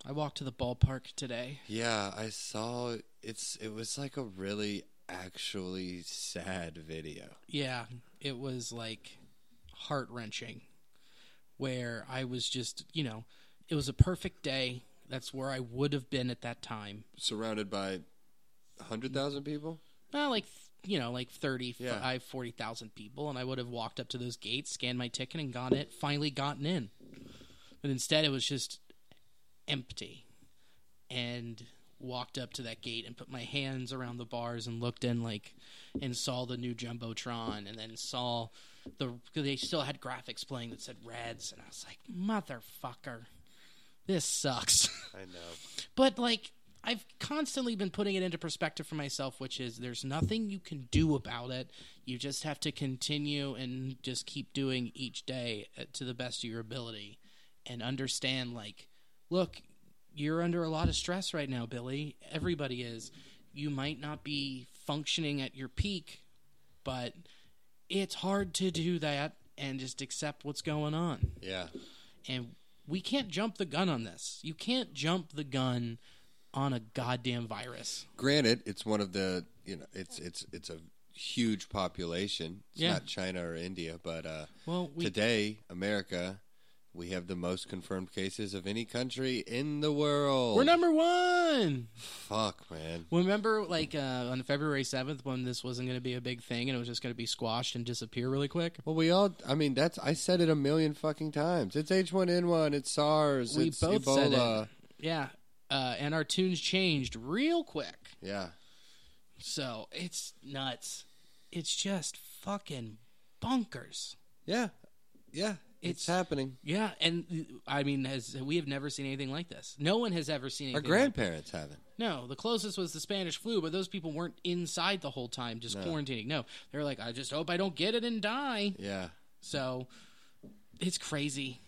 [SPEAKER 1] I walked to the ballpark today.
[SPEAKER 2] Yeah, I saw it's. It was like a really actually sad video.
[SPEAKER 1] Yeah, it was like heart wrenching. Where I was just, you know, it was a perfect day. That's where I would have been at that time.
[SPEAKER 2] surrounded by 100,000 people?
[SPEAKER 1] uh, like you know like 30
[SPEAKER 2] Yeah.
[SPEAKER 1] I 40,000 people and I would have walked up to those gates scanned my ticket and got it finally gotten in but instead it was just empty and walked up to that gate and put my hands around the bars and looked in like and saw the new jumbotron and then saw the 'cause they still had graphics playing that said reds and I was like motherfucker this sucks
[SPEAKER 2] I know.
[SPEAKER 1] but like I've constantly been putting it into perspective for myself, which is there's nothing you can do about it. You just have to continue and just keep doing each day uh, to the best of your ability and understand like, look, you're under a lot of stress right now, Billy. Everybody is. You might not be functioning at your peak, but it's hard to do that and just accept what's going on
[SPEAKER 2] Yeah.
[SPEAKER 1] and we can't jump the gun on this. You can't jump the gun on a goddamn virus.
[SPEAKER 2] Granted, it's one of the, you know, it's it's it's a huge population. It's
[SPEAKER 1] Yeah.
[SPEAKER 2] not China or India, but uh
[SPEAKER 1] Well, we
[SPEAKER 2] today America we have the most confirmed cases of any country in the world.
[SPEAKER 1] we're number one.
[SPEAKER 2] Fuck, man.
[SPEAKER 1] Remember, like uh, on February seventh, when this wasn't going to be a big thing and it was just going to be squashed and disappear really quick.
[SPEAKER 2] Well, we all, I mean, that's, I said it a million fucking times. It's H1N1, it's SARS,
[SPEAKER 1] We
[SPEAKER 2] it's
[SPEAKER 1] both
[SPEAKER 2] Ebola.
[SPEAKER 1] said it. Yeah, uh, and our tunes changed real quick.
[SPEAKER 2] Yeah.
[SPEAKER 1] So it's nuts. It's just fucking bunkers.
[SPEAKER 2] Yeah. Yeah.
[SPEAKER 1] It's-
[SPEAKER 2] it's happening.
[SPEAKER 1] Yeah, and uh, I mean, has we have never seen anything like this. No one has ever seen
[SPEAKER 2] Our
[SPEAKER 1] anything. like
[SPEAKER 2] grandparents haven't.
[SPEAKER 1] No, the closest was the Spanish flu, but those people weren't inside the whole time just quarantining. No, they were like, I just hope I don't get it and die.
[SPEAKER 2] Yeah.
[SPEAKER 1] So it's crazy.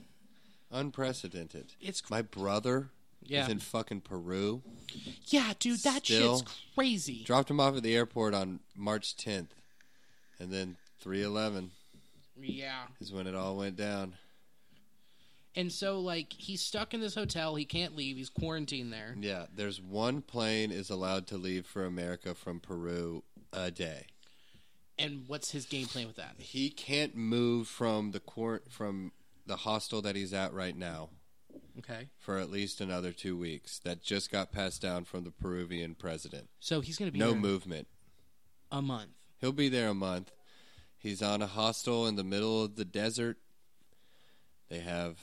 [SPEAKER 2] Unprecedented.
[SPEAKER 1] It's cr-
[SPEAKER 2] My brother
[SPEAKER 1] Yeah.
[SPEAKER 2] is in fucking Peru.
[SPEAKER 1] yeah, dude, that
[SPEAKER 2] Still-
[SPEAKER 1] shit's crazy.
[SPEAKER 2] Dropped him off at the airport on March 10th. And then 311
[SPEAKER 1] yeah,
[SPEAKER 2] is when it all went down.
[SPEAKER 1] And so, like, he's stuck in this hotel. He can't leave. He's quarantined there.
[SPEAKER 2] Yeah, there's one plane is allowed to leave for America from Peru a day.
[SPEAKER 1] And what's his game plan with that?
[SPEAKER 2] He can't move from the court from the hostel that he's at right now
[SPEAKER 1] Okay.
[SPEAKER 2] for at least another two weeks. That just got passed down from the Peruvian president.
[SPEAKER 1] So he's going to be
[SPEAKER 2] No
[SPEAKER 1] there
[SPEAKER 2] movement.
[SPEAKER 1] a month.
[SPEAKER 2] He'll be there a month. He's on a hostel in the middle of the desert. They have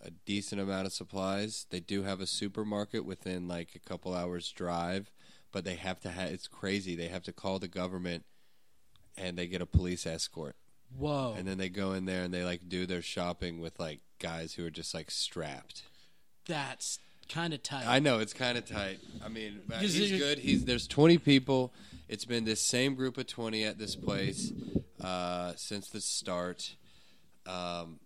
[SPEAKER 2] a decent amount of supplies. They do have a supermarket within like a couple hours drive, but they have to ha it's crazy. They have to call the government and they get a police escort.
[SPEAKER 1] Whoa.
[SPEAKER 2] And then they go in there and they like do their shopping with like guys who are just like strapped.
[SPEAKER 1] That's kind of tight.
[SPEAKER 2] I know it's kind of tight. I mean, but
[SPEAKER 1] Is
[SPEAKER 2] he's
[SPEAKER 1] it-
[SPEAKER 2] good. He's there's 20 people. It's been this same group of 20 at this place uh, since the start. Um,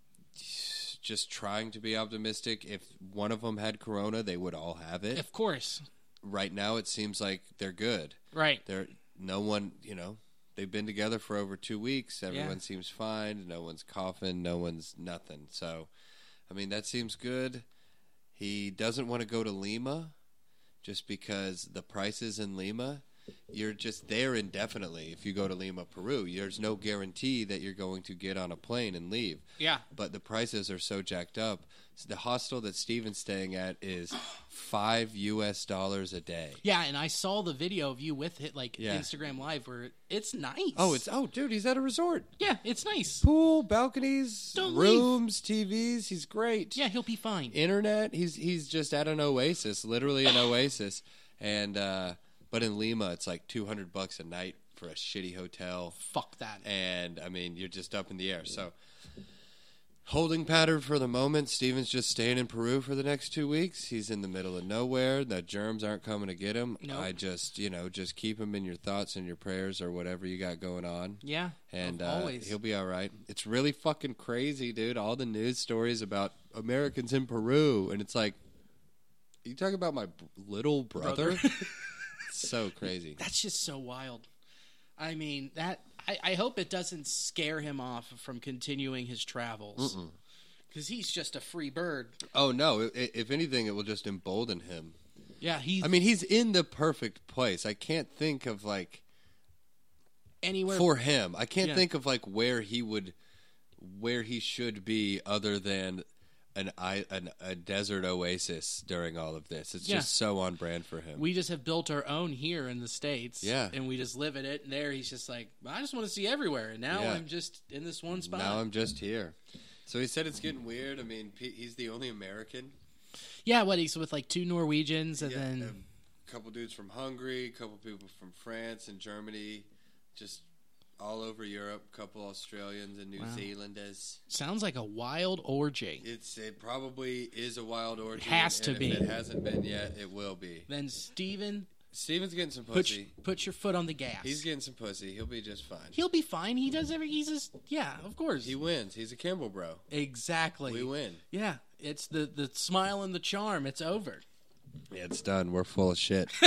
[SPEAKER 2] just trying to be optimistic. If one of them had corona, they would all have it.
[SPEAKER 1] of course.
[SPEAKER 2] right now, it seems like they're good.
[SPEAKER 1] Right.
[SPEAKER 2] They're no one, you know. They've been together for over two weeks. Everyone seems fine. No one's coughing. No one's nothing. So, I mean, that seems good. He doesn't want to go to Lima just because the prices in Lima, you're just there indefinitely. If you go to Lima, Peru, there's no guarantee that you're going to get on a plane and leave.
[SPEAKER 1] Yeah.
[SPEAKER 2] But the prices are so jacked up. The hostel that Steven's staying at is five US dollars a day.
[SPEAKER 1] Yeah, and I saw the video of you with it, like
[SPEAKER 2] Yeah.
[SPEAKER 1] Instagram Live, where it's nice.
[SPEAKER 2] Oh, it's oh, dude, he's at a resort.
[SPEAKER 1] yeah, it's nice.
[SPEAKER 2] pool, balconies,
[SPEAKER 1] Don't leave.
[SPEAKER 2] rooms, TVs. He's great.
[SPEAKER 1] Yeah, he'll be fine.
[SPEAKER 2] Internet. He's he's just at an oasis, literally an oasis. And uh, but in Lima, it's like two hundred bucks a night for a shitty hotel,
[SPEAKER 1] Fuck that.
[SPEAKER 2] and I mean you're just up in the air. So holding pattern for the moment. Steven's just staying in Peru for the next two weeks. He's in the middle of nowhere. The germs aren't coming to get him.
[SPEAKER 1] Nope.
[SPEAKER 2] I just you know just keep him in your thoughts and your prayers or whatever you got going on
[SPEAKER 1] yeah,
[SPEAKER 2] and uh,
[SPEAKER 1] always.
[SPEAKER 2] he'll be all right. It's really fucking crazy, dude. All the news stories about Americans in Peru, and it's like, you talking about my b- little brother? so crazy.
[SPEAKER 1] That's just so wild. I mean, that I, I hope it doesn't scare him off from continuing his travels because he's just a free bird.
[SPEAKER 2] Oh no! i- i- If anything, it will just embolden him.
[SPEAKER 1] Yeah, he's
[SPEAKER 2] I mean, he's in the perfect place. I can't think of like
[SPEAKER 1] anywhere.
[SPEAKER 2] for him. I can't
[SPEAKER 1] Yeah.
[SPEAKER 2] think of like where he would, where he should be, other than. An, i- an a desert oasis during all of this. It's
[SPEAKER 1] Yeah.
[SPEAKER 2] just so on brand for him.
[SPEAKER 1] we just have built our own here in the states.
[SPEAKER 2] Yeah.
[SPEAKER 1] and we just live in it. And there, he's just like, I just want to see everywhere. And now
[SPEAKER 2] Yeah.
[SPEAKER 1] I'm just in this one spot.
[SPEAKER 2] Now I'm just here. So he said it's getting weird. I mean, P- he's the only American.
[SPEAKER 1] yeah, what he's with like two Norwegians and
[SPEAKER 2] Yeah,
[SPEAKER 1] then.
[SPEAKER 2] a couple dudes from Hungary, a couple people from France and Germany, just all over Europe. couple Australians and New Zealanders.
[SPEAKER 1] Sounds like a wild orgy.
[SPEAKER 2] It's it probably is a wild orgy.
[SPEAKER 1] has
[SPEAKER 2] and
[SPEAKER 1] to
[SPEAKER 2] if
[SPEAKER 1] be.
[SPEAKER 2] It hasn't been yet. It will be.
[SPEAKER 1] Then Steven,
[SPEAKER 2] Steven's getting some
[SPEAKER 1] put your,
[SPEAKER 2] pussy.
[SPEAKER 1] put your foot on the gas.
[SPEAKER 2] He's getting some pussy. He'll be just fine.
[SPEAKER 1] He'll be fine. He does every. He's just yeah, of course.
[SPEAKER 2] He wins. He's a Campbell bro.
[SPEAKER 1] exactly.
[SPEAKER 2] We win.
[SPEAKER 1] Yeah, it's the the smile and the charm. It's over.
[SPEAKER 2] Yeah, it's done. We're full of shit.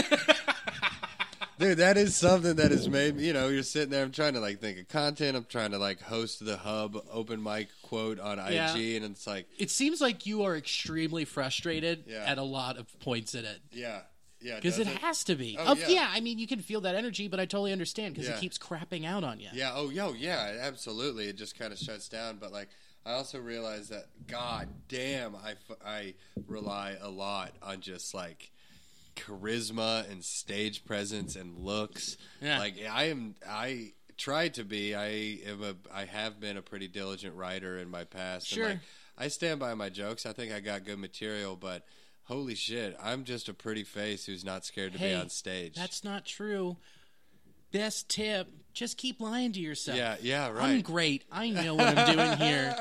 [SPEAKER 2] Dude, that is something that has made me, you know, you're sitting there, I'm trying to like think of content, I'm trying to like host the hub open mic quote on IG
[SPEAKER 1] Yeah.
[SPEAKER 2] and it's like,
[SPEAKER 1] It seems like you are extremely frustrated
[SPEAKER 2] Yeah.
[SPEAKER 1] at a lot of points in it.
[SPEAKER 2] yeah, yeah.
[SPEAKER 1] Because it,
[SPEAKER 2] does
[SPEAKER 1] has to be.
[SPEAKER 2] Oh,
[SPEAKER 1] Of-
[SPEAKER 2] yeah.
[SPEAKER 1] yeah. I mean, you can feel that energy, but I totally understand because
[SPEAKER 2] Yeah.
[SPEAKER 1] it keeps crapping out on you.
[SPEAKER 2] Yeah, oh yo, yeah, absolutely. It just kind of shuts down, but like I also realized that god damn, I f- I rely a lot on just like charisma and stage presence and looks.
[SPEAKER 1] Yeah.
[SPEAKER 2] Like I am I try to be. I am a I have been a pretty diligent writer in my past.
[SPEAKER 1] Sure.
[SPEAKER 2] And like, I stand by my jokes. I think I got good material, but holy shit, I'm just a pretty face who's not scared to
[SPEAKER 1] Hey,
[SPEAKER 2] be on stage.
[SPEAKER 1] That's not true. Best tip: just keep lying to yourself.
[SPEAKER 2] Yeah, yeah,
[SPEAKER 1] I'm
[SPEAKER 2] right.
[SPEAKER 1] great. I know what I'm doing here,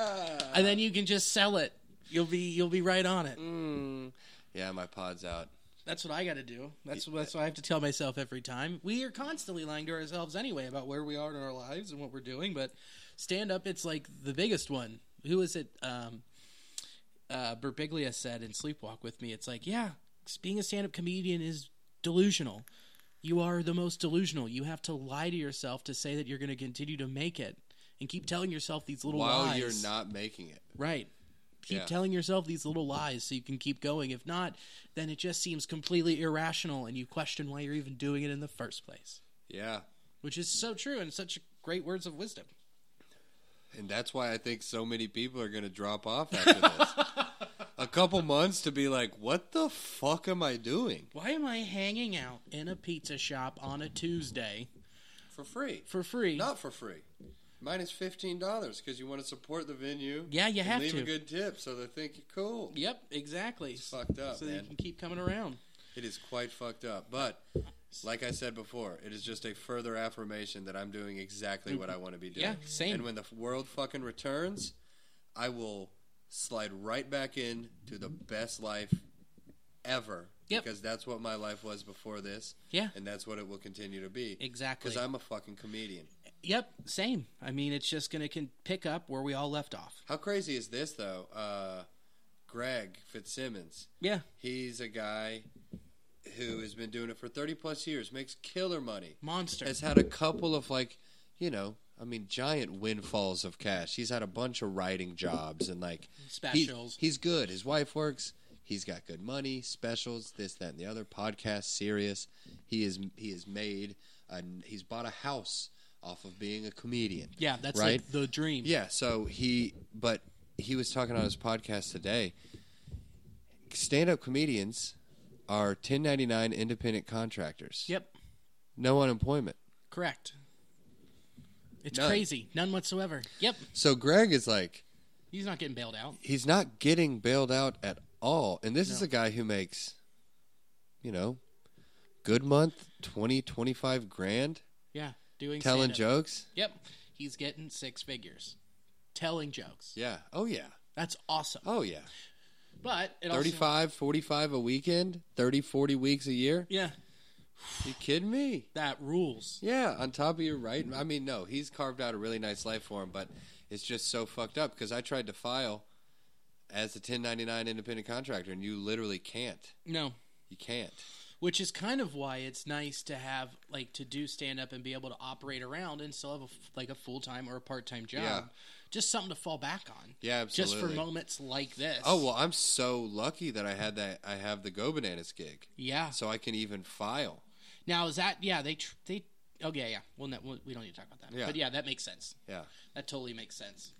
[SPEAKER 1] and then you can just sell it. You'll be you'll be right on it.
[SPEAKER 2] yeah, my pod's out.
[SPEAKER 1] That's what I got to do. That's that's what I have to tell myself every time. We are constantly lying to ourselves anyway about where we are in our lives and what we're doing. But stand up, it's like the biggest one. Who is it? Um, uh, Berbiglia said in Sleepwalk with me. It's like, yeah, being a stand up comedian is delusional. You are the most delusional. You have to lie to yourself to say that you're going to continue to make it, and keep telling yourself these little
[SPEAKER 2] while
[SPEAKER 1] lies.
[SPEAKER 2] you're not making it.
[SPEAKER 1] right. keep
[SPEAKER 2] Yeah.
[SPEAKER 1] telling yourself these little lies so you can keep going. If not, then it just seems completely irrational and you question why you're even doing it in the first place,
[SPEAKER 2] Yeah.
[SPEAKER 1] which is so true and such great words of wisdom.
[SPEAKER 2] And that's why I think so many people are going to drop off after this. a couple months to be like, what the fuck am I doing?
[SPEAKER 1] Why am I hanging out in a pizza shop on a Tuesday
[SPEAKER 2] For free.
[SPEAKER 1] for free?
[SPEAKER 2] Not for free. Minus $15 because you want to support the venue.
[SPEAKER 1] Yeah, you
[SPEAKER 2] and
[SPEAKER 1] have
[SPEAKER 2] leave
[SPEAKER 1] to.
[SPEAKER 2] a good tip so they think you're cool.
[SPEAKER 1] Yep, exactly.
[SPEAKER 2] It's fucked up,
[SPEAKER 1] so that
[SPEAKER 2] man.
[SPEAKER 1] you can keep coming around.
[SPEAKER 2] It is quite fucked up. But like I said before, it is just a further affirmation that I'm doing exactly what I want to be doing.
[SPEAKER 1] Yeah, same.
[SPEAKER 2] And when the world fucking returns, I will slide right back in to the best life ever.
[SPEAKER 1] Yep.
[SPEAKER 2] Because that's what my life was before this.
[SPEAKER 1] Yeah.
[SPEAKER 2] And that's what it will continue to be.
[SPEAKER 1] Exactly.
[SPEAKER 2] Because I'm a fucking comedian.
[SPEAKER 1] Yep, same. I mean, it's just going to can pick up where we all left off.
[SPEAKER 2] How crazy is this though? Uh, Greg Fitzsimmons.
[SPEAKER 1] Yeah,
[SPEAKER 2] He's a guy who has been doing it for 30 plus years, makes killer money.
[SPEAKER 1] monster.
[SPEAKER 2] has had a couple of like, you know, I mean, giant windfalls of cash. He's had a bunch of writing jobs and like he-
[SPEAKER 1] Specials.
[SPEAKER 2] he's good. His wife works. He's got good money, specials, this, that, and the other. Podcast, serious. He is he is made. A, he's bought a house off of being a comedian.
[SPEAKER 1] yeah, that's
[SPEAKER 2] right.
[SPEAKER 1] like the dream.
[SPEAKER 2] Yeah, so he but he was talking on his podcast today. Stand-up comedians are 1099 independent contractors.
[SPEAKER 1] Yep,
[SPEAKER 2] No unemployment.
[SPEAKER 1] correct. It's
[SPEAKER 2] None.
[SPEAKER 1] crazy. None whatsoever. Yep,
[SPEAKER 2] So Greg is like
[SPEAKER 1] he's not getting bailed out.
[SPEAKER 2] he's not getting bailed out at all. And this is a guy who makes you know, good month 20 25 grand
[SPEAKER 1] Yeah, doing
[SPEAKER 2] telling
[SPEAKER 1] stand-up.
[SPEAKER 2] jokes.
[SPEAKER 1] Yep, he's getting six figures, telling jokes.
[SPEAKER 2] Yeah. Oh yeah.
[SPEAKER 1] That's awesome.
[SPEAKER 2] Oh yeah.
[SPEAKER 1] But it also-
[SPEAKER 2] 35 45 a weekend, 30 40 weeks a year?
[SPEAKER 1] Yeah,
[SPEAKER 2] You kidding me?
[SPEAKER 1] that rules.
[SPEAKER 2] Yeah, on top of your right. I mean, no, he's carved out a really nice life for him, but it's just so fucked up because I tried to file as a 1099 independent contractor, and you literally can't.
[SPEAKER 1] No,
[SPEAKER 2] You can't.
[SPEAKER 1] which is kind of why it's nice to have like to do stand up and be able to operate around and still have a f like a full time or a part time job,
[SPEAKER 2] Yeah.
[SPEAKER 1] just something to fall back on.
[SPEAKER 2] Yeah,
[SPEAKER 1] Just for
[SPEAKER 2] absolutely.
[SPEAKER 1] moments like this.
[SPEAKER 2] Oh well, I'm so lucky that I had that. I have the Go Bananas gig,
[SPEAKER 1] yeah.
[SPEAKER 2] so I can even file.
[SPEAKER 1] Now is that yeah they tr- they okay yeah well no, we don't need to talk about that
[SPEAKER 2] Yeah.
[SPEAKER 1] but yeah that makes sense
[SPEAKER 2] Yeah,
[SPEAKER 1] that totally makes sense.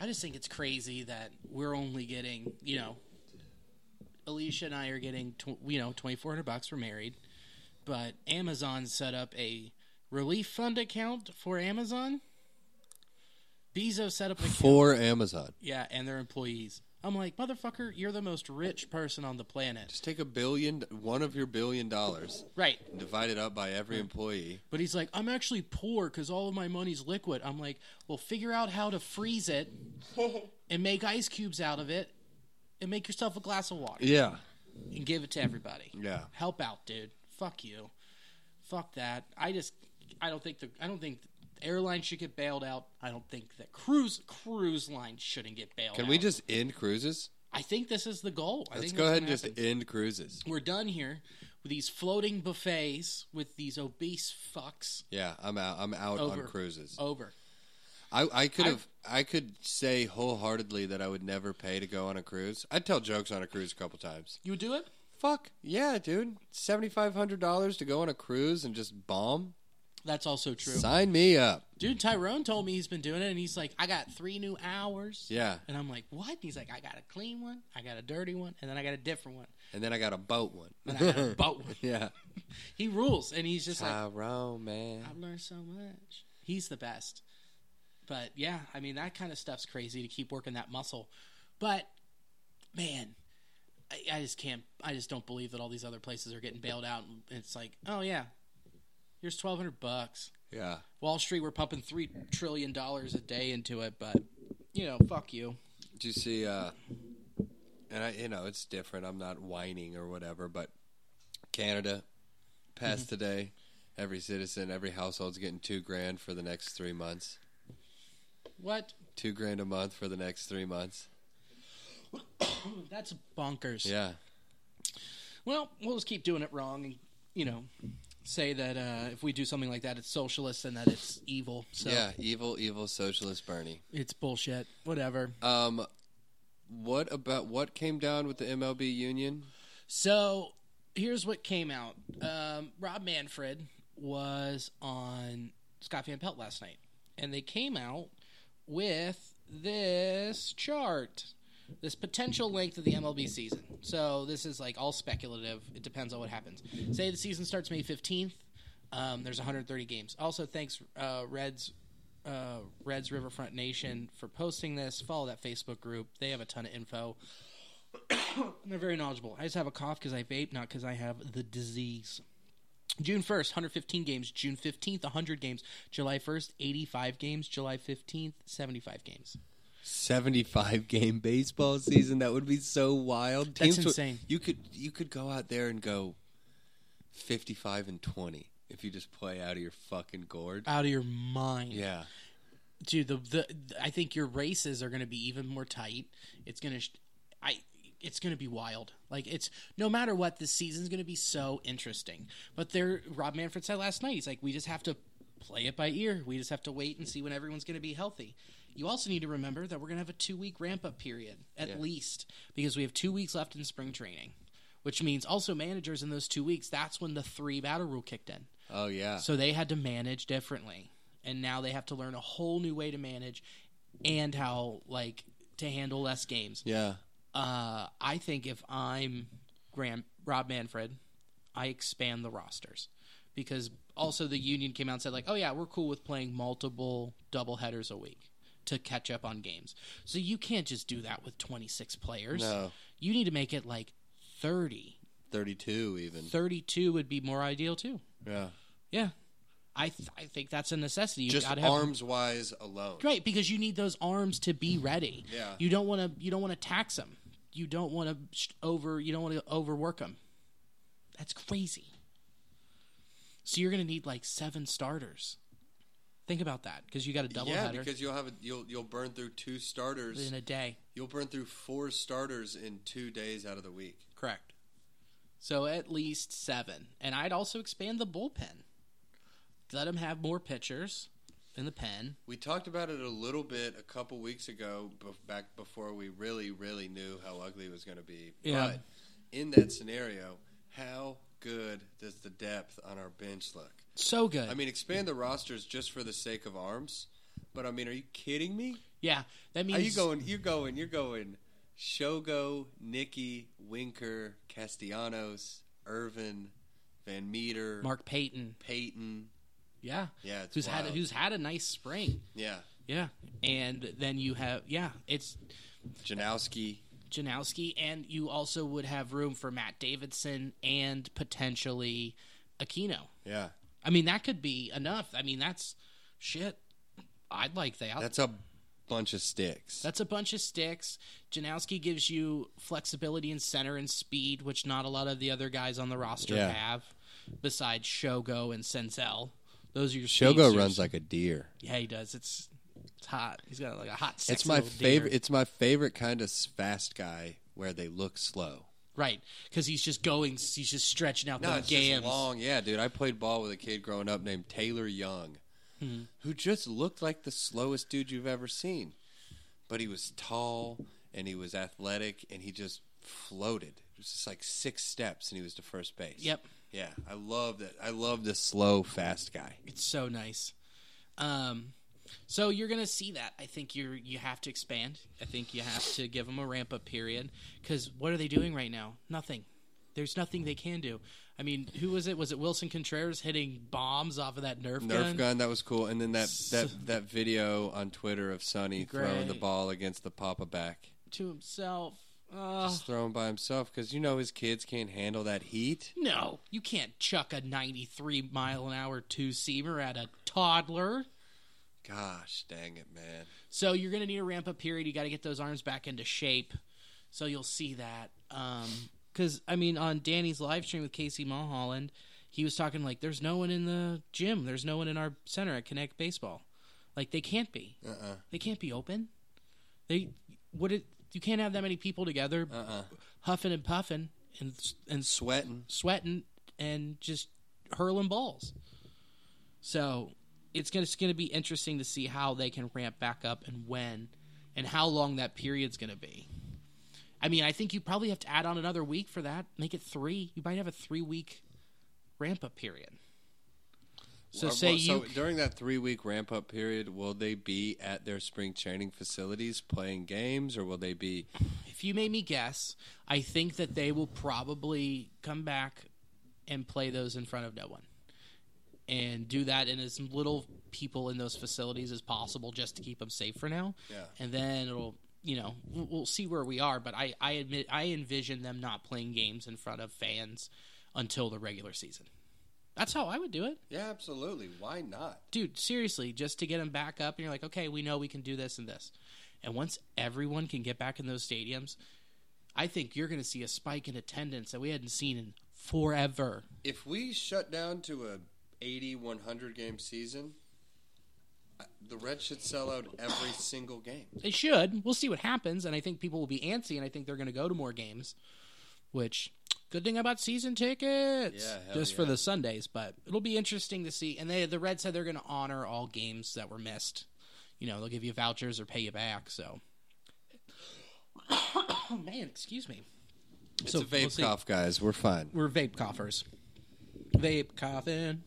[SPEAKER 1] I just think it's crazy that we're only getting you know, Alicia and I are getting tw- you know twenty four hundred bucks. We're married, but Amazon set up a relief fund account for Amazon. Bezos set up an account.
[SPEAKER 2] for Amazon.
[SPEAKER 1] yeah, and their employees. I'm like, motherfucker, you're the most rich person on the planet.
[SPEAKER 2] Just take a billion, one of your billion dollars,
[SPEAKER 1] Right.
[SPEAKER 2] and divide it up by every employee.
[SPEAKER 1] But he's like, I'm actually poor because all of my money's liquid. I'm like, well, figure out how to freeze it and make ice cubes out of it and make yourself a glass of water
[SPEAKER 2] Yeah,
[SPEAKER 1] and give it to everybody.
[SPEAKER 2] Yeah.
[SPEAKER 1] Help out, dude. Fuck you. Fuck that. I just, I don't think the, I don't think the airlines should get bailed out. I don't think that cruise, cruise lines shouldn't get bailed
[SPEAKER 2] can
[SPEAKER 1] out.
[SPEAKER 2] we just end cruises?
[SPEAKER 1] I think this is the goal. I
[SPEAKER 2] Let's
[SPEAKER 1] think
[SPEAKER 2] go
[SPEAKER 1] that's
[SPEAKER 2] ahead and
[SPEAKER 1] gonna
[SPEAKER 2] just
[SPEAKER 1] happen
[SPEAKER 2] end cruises.
[SPEAKER 1] We're done here with these floating buffets with these obese fucks
[SPEAKER 2] Yeah, I'm out. I'm out
[SPEAKER 1] Over. Oh.
[SPEAKER 2] on cruises.
[SPEAKER 1] over.
[SPEAKER 2] I, I could have I could say wholeheartedly that I would never pay to go on a cruise. I'd tell jokes on a cruise a couple times.
[SPEAKER 1] You would do it?
[SPEAKER 2] Fuck yeah, dude! Seventy five hundred dollars to go on a cruise and just bomb.
[SPEAKER 1] That's also true.
[SPEAKER 2] Sign me up.
[SPEAKER 1] Dude, Tyrone told me he's been doing it, and he's like, I got three new hours.
[SPEAKER 2] Yeah,
[SPEAKER 1] And I'm like, what? And he's like, I got a clean one, I got a dirty one, and then I got a different one.
[SPEAKER 2] and then I got a boat one.
[SPEAKER 1] And I got a boat one.
[SPEAKER 2] yeah,
[SPEAKER 1] He rules, and he's just like,
[SPEAKER 2] Tyrone man.
[SPEAKER 1] I've learned so much. He's the best. But yeah, I mean, that kind of stuff's crazy to keep working that muscle. But man, I, I just can't, I just don't believe that all these other places are getting bailed out. And it's like, oh yeah, here's 1200 bucks.
[SPEAKER 2] Yeah,
[SPEAKER 1] Wall Street, we're pumping three trillion dollars a day into it, but you know, fuck you.
[SPEAKER 2] Do you see? Uh, and I, you know, it's different. I'm not whining or whatever, but Canada passed today. Every citizen, every household's getting two grand for the next three months.
[SPEAKER 1] What?
[SPEAKER 2] Two grand a month for the next three months.
[SPEAKER 1] That's bonkers.
[SPEAKER 2] Yeah,
[SPEAKER 1] Well, we'll just keep doing it wrong, and you know, say that uh, if we do something like that, it's socialist and that it's evil. So
[SPEAKER 2] yeah. Evil, evil socialist Bernie.
[SPEAKER 1] it's bullshit. Whatever.
[SPEAKER 2] Um, What about what came down with the MLB union?
[SPEAKER 1] So here's what came out. Um, Rob Manfred was on Scott Van Pelt last night, and they came out with this chart, this potential length of the MLB season. So this is like all speculative. It depends on what happens. Say the season starts May 15th. Um, there's 130 games. Also, thanks uh, Reds uh, Reds Riverfront Nation for posting this. Follow that Facebook group. They have a ton of info. And they're very knowledgeable. I just have a cough because I vape, not because I have the disease. June 1st, 115 games. June 15th, 100 games. July 1st, 85 games. July 15th, 75 games.
[SPEAKER 2] 75 game baseball season. That would be so wild.
[SPEAKER 1] That's
[SPEAKER 2] would-
[SPEAKER 1] insane.
[SPEAKER 2] you could you could go out there and go 55 and 20 if you just play out of your fucking gourd.
[SPEAKER 1] Out of your mind.
[SPEAKER 2] yeah.
[SPEAKER 1] Dude, the, the, I think your races are going to be even more tight. It's going to I it's going to be wild. Like it's no matter what this season's going to be so interesting. But there Rob Manfred said last night he's like we just have to play it by ear. We just have to wait and see when everyone's going to be healthy. You also need to remember that we're going to have a 2 week ramp up period at least because we have 2 weeks left in spring training. Which means also managers in those 2 weeks that's when the 3 battle rule kicked in.
[SPEAKER 2] Oh yeah.
[SPEAKER 1] So they had to manage differently. And now they have to learn a whole new way to manage and how like to handle less games.
[SPEAKER 2] yeah.
[SPEAKER 1] Uh, I think if I'm Graham, Rob Manfred, I expand the rosters because also the union came out and said like, "Oh yeah, we're cool with playing multiple double headers a week to catch up on games." So you can't just do that with 26 players.
[SPEAKER 2] No.
[SPEAKER 1] You need to make it like 30.
[SPEAKER 2] 32 even.
[SPEAKER 1] 32 would be more ideal too.
[SPEAKER 2] Yeah.
[SPEAKER 1] Yeah. I th- I think that's a necessity. You
[SPEAKER 2] Just
[SPEAKER 1] gotta have
[SPEAKER 2] arms wise alone.
[SPEAKER 1] right because you need those arms to be ready.
[SPEAKER 2] Yeah.
[SPEAKER 1] You don't want to you don't want to tax them. You don't want to over you don't want to overwork them. That's crazy. So you're going to need like seven starters. Think about that because you got a double
[SPEAKER 2] Yeah,
[SPEAKER 1] header
[SPEAKER 2] because you'll have a, you'll you'll burn through two starters.
[SPEAKER 1] in a day.
[SPEAKER 2] You'll burn through four starters in 2 days out of the week.
[SPEAKER 1] Correct. So at least seven, and I'd also expand the bullpen. Let them have more pitchers in the pen.
[SPEAKER 2] We talked about it a little bit a couple weeks ago, b- back before we really, really knew how ugly it was going to be.
[SPEAKER 1] Yeah.
[SPEAKER 2] But in that scenario, how good does the depth on our bench look?
[SPEAKER 1] So good.
[SPEAKER 2] I mean, expand the rosters just for the sake of arms, but I mean, are you kidding me?
[SPEAKER 1] yeah, that means
[SPEAKER 2] Are you going? You're going. You're going. Shogo, Nikki, Winker, Castellanos, Irvin, Van Meter,
[SPEAKER 1] Mark Payton.
[SPEAKER 2] Payton.
[SPEAKER 1] Yeah.
[SPEAKER 2] Yeah, it's
[SPEAKER 1] who's had
[SPEAKER 2] wild.
[SPEAKER 1] who's had a nice spring.
[SPEAKER 2] Yeah,
[SPEAKER 1] Yeah. And then you have yeah, it's
[SPEAKER 2] Janowski.
[SPEAKER 1] Janowski and you also would have room for Matt Davidson and potentially Aquino.
[SPEAKER 2] Yeah,
[SPEAKER 1] I mean that could be enough. I mean that's shit. I'd like that.
[SPEAKER 2] that's a bunch of sticks.
[SPEAKER 1] That's a bunch of sticks. Janowski gives you flexibility in center and speed, which not a lot of the other guys on the roster
[SPEAKER 2] Yeah.
[SPEAKER 1] have, besides Shogo and Senzel. Those are your
[SPEAKER 2] Shogo
[SPEAKER 1] spacers.
[SPEAKER 2] runs like a deer.
[SPEAKER 1] Yeah, he does. It's it's hot. He's got like a hot. Sexy
[SPEAKER 2] It's my
[SPEAKER 1] little deer.
[SPEAKER 2] favorite. It's my favorite kind of fast guy where they look slow.
[SPEAKER 1] Right, because he's just going. He's just stretching out the gams.
[SPEAKER 2] Yeah, dude, I played ball with a kid growing up named Taylor Young,
[SPEAKER 1] Hmm.
[SPEAKER 2] who just looked like the slowest dude you've ever seen, but he was tall and he was athletic and he just floated. It was just like six steps and he was to first base.
[SPEAKER 1] Yep.
[SPEAKER 2] Yeah, I love that. I love the slow, fast guy.
[SPEAKER 1] It's so nice. Um, so you're gonna see that. I think you're you have to expand. I think you have to give them a ramp up period. Because what are they doing right now? Nothing. There's nothing they can do. I mean, who was it? Was it Wilson Contreras hitting bombs off of that Nerf,
[SPEAKER 2] Nerf gun, that was cool. And then that that, that video on Twitter of Sonny throwing the
[SPEAKER 1] Great.
[SPEAKER 2] ball against the Papa back.
[SPEAKER 1] to himself? Uh,
[SPEAKER 2] Just throwing by himself because you know his kids can't handle that heat.
[SPEAKER 1] no, you can't chuck a 93 mile an hour two seamer at a toddler.
[SPEAKER 2] Gosh dang it, man.
[SPEAKER 1] So you're going to need a ramp up period. You got to get those arms back into shape. So you'll see that. Because, I mean, on Danny's live stream with Casey Mulholland, he was talking like, there's no one in the gym. There's no one in our center at Connect Baseball. Like, they can't be. Uh-uh. They can't be open. They what it, You can't have that many people together huffing and puffing and, and
[SPEAKER 2] Sweating.
[SPEAKER 1] sweating and just hurling balls. So it's gonna, it's gonna be interesting to see how they can ramp back up and when and how long that period's gonna be. I mean, I think you probably have to add on another week for that. Make it three. You might have a three week ramp up period. So
[SPEAKER 2] Well,
[SPEAKER 1] say
[SPEAKER 2] well,
[SPEAKER 1] you
[SPEAKER 2] so during that three week ramp up period, will they be at their spring training facilities playing games, or will they be?
[SPEAKER 1] if you made me guess, I think that they will probably come back and play those in front of no one and do that in as little people in those facilities as possible just to keep them safe for now.
[SPEAKER 2] Yeah.
[SPEAKER 1] And then it'll, you know, we'll, we'll see where we are, but I I admit I envision them not playing games in front of fans until the regular season. That's how I would do it
[SPEAKER 2] Yeah, absolutely. Why not?
[SPEAKER 1] dude, seriously, just to get them back up, and you're like, okay, we know we can do this and this. And once everyone can get back in those stadiums, I think you're going to see a spike in attendance that we hadn't seen in forever.
[SPEAKER 2] If we shut down to a 80, 100 game season, I- the Reds should sell out every single game.
[SPEAKER 1] They should. We'll see what happens, and I think people will be antsy, and I think they're going to go to more games. Which good thing about season tickets,
[SPEAKER 2] Yeah, hell
[SPEAKER 1] just for
[SPEAKER 2] yeah.
[SPEAKER 1] the Sundays. But it'll be interesting to see. And they, the Reds said they're going to honor all games that were missed. You know, they'll give you vouchers or pay you back. So, oh man, excuse me.
[SPEAKER 2] It's
[SPEAKER 1] So,
[SPEAKER 2] a vape
[SPEAKER 1] we'll see.
[SPEAKER 2] cough, guys. We're fine.
[SPEAKER 1] We're vape coffers. Vape coffin.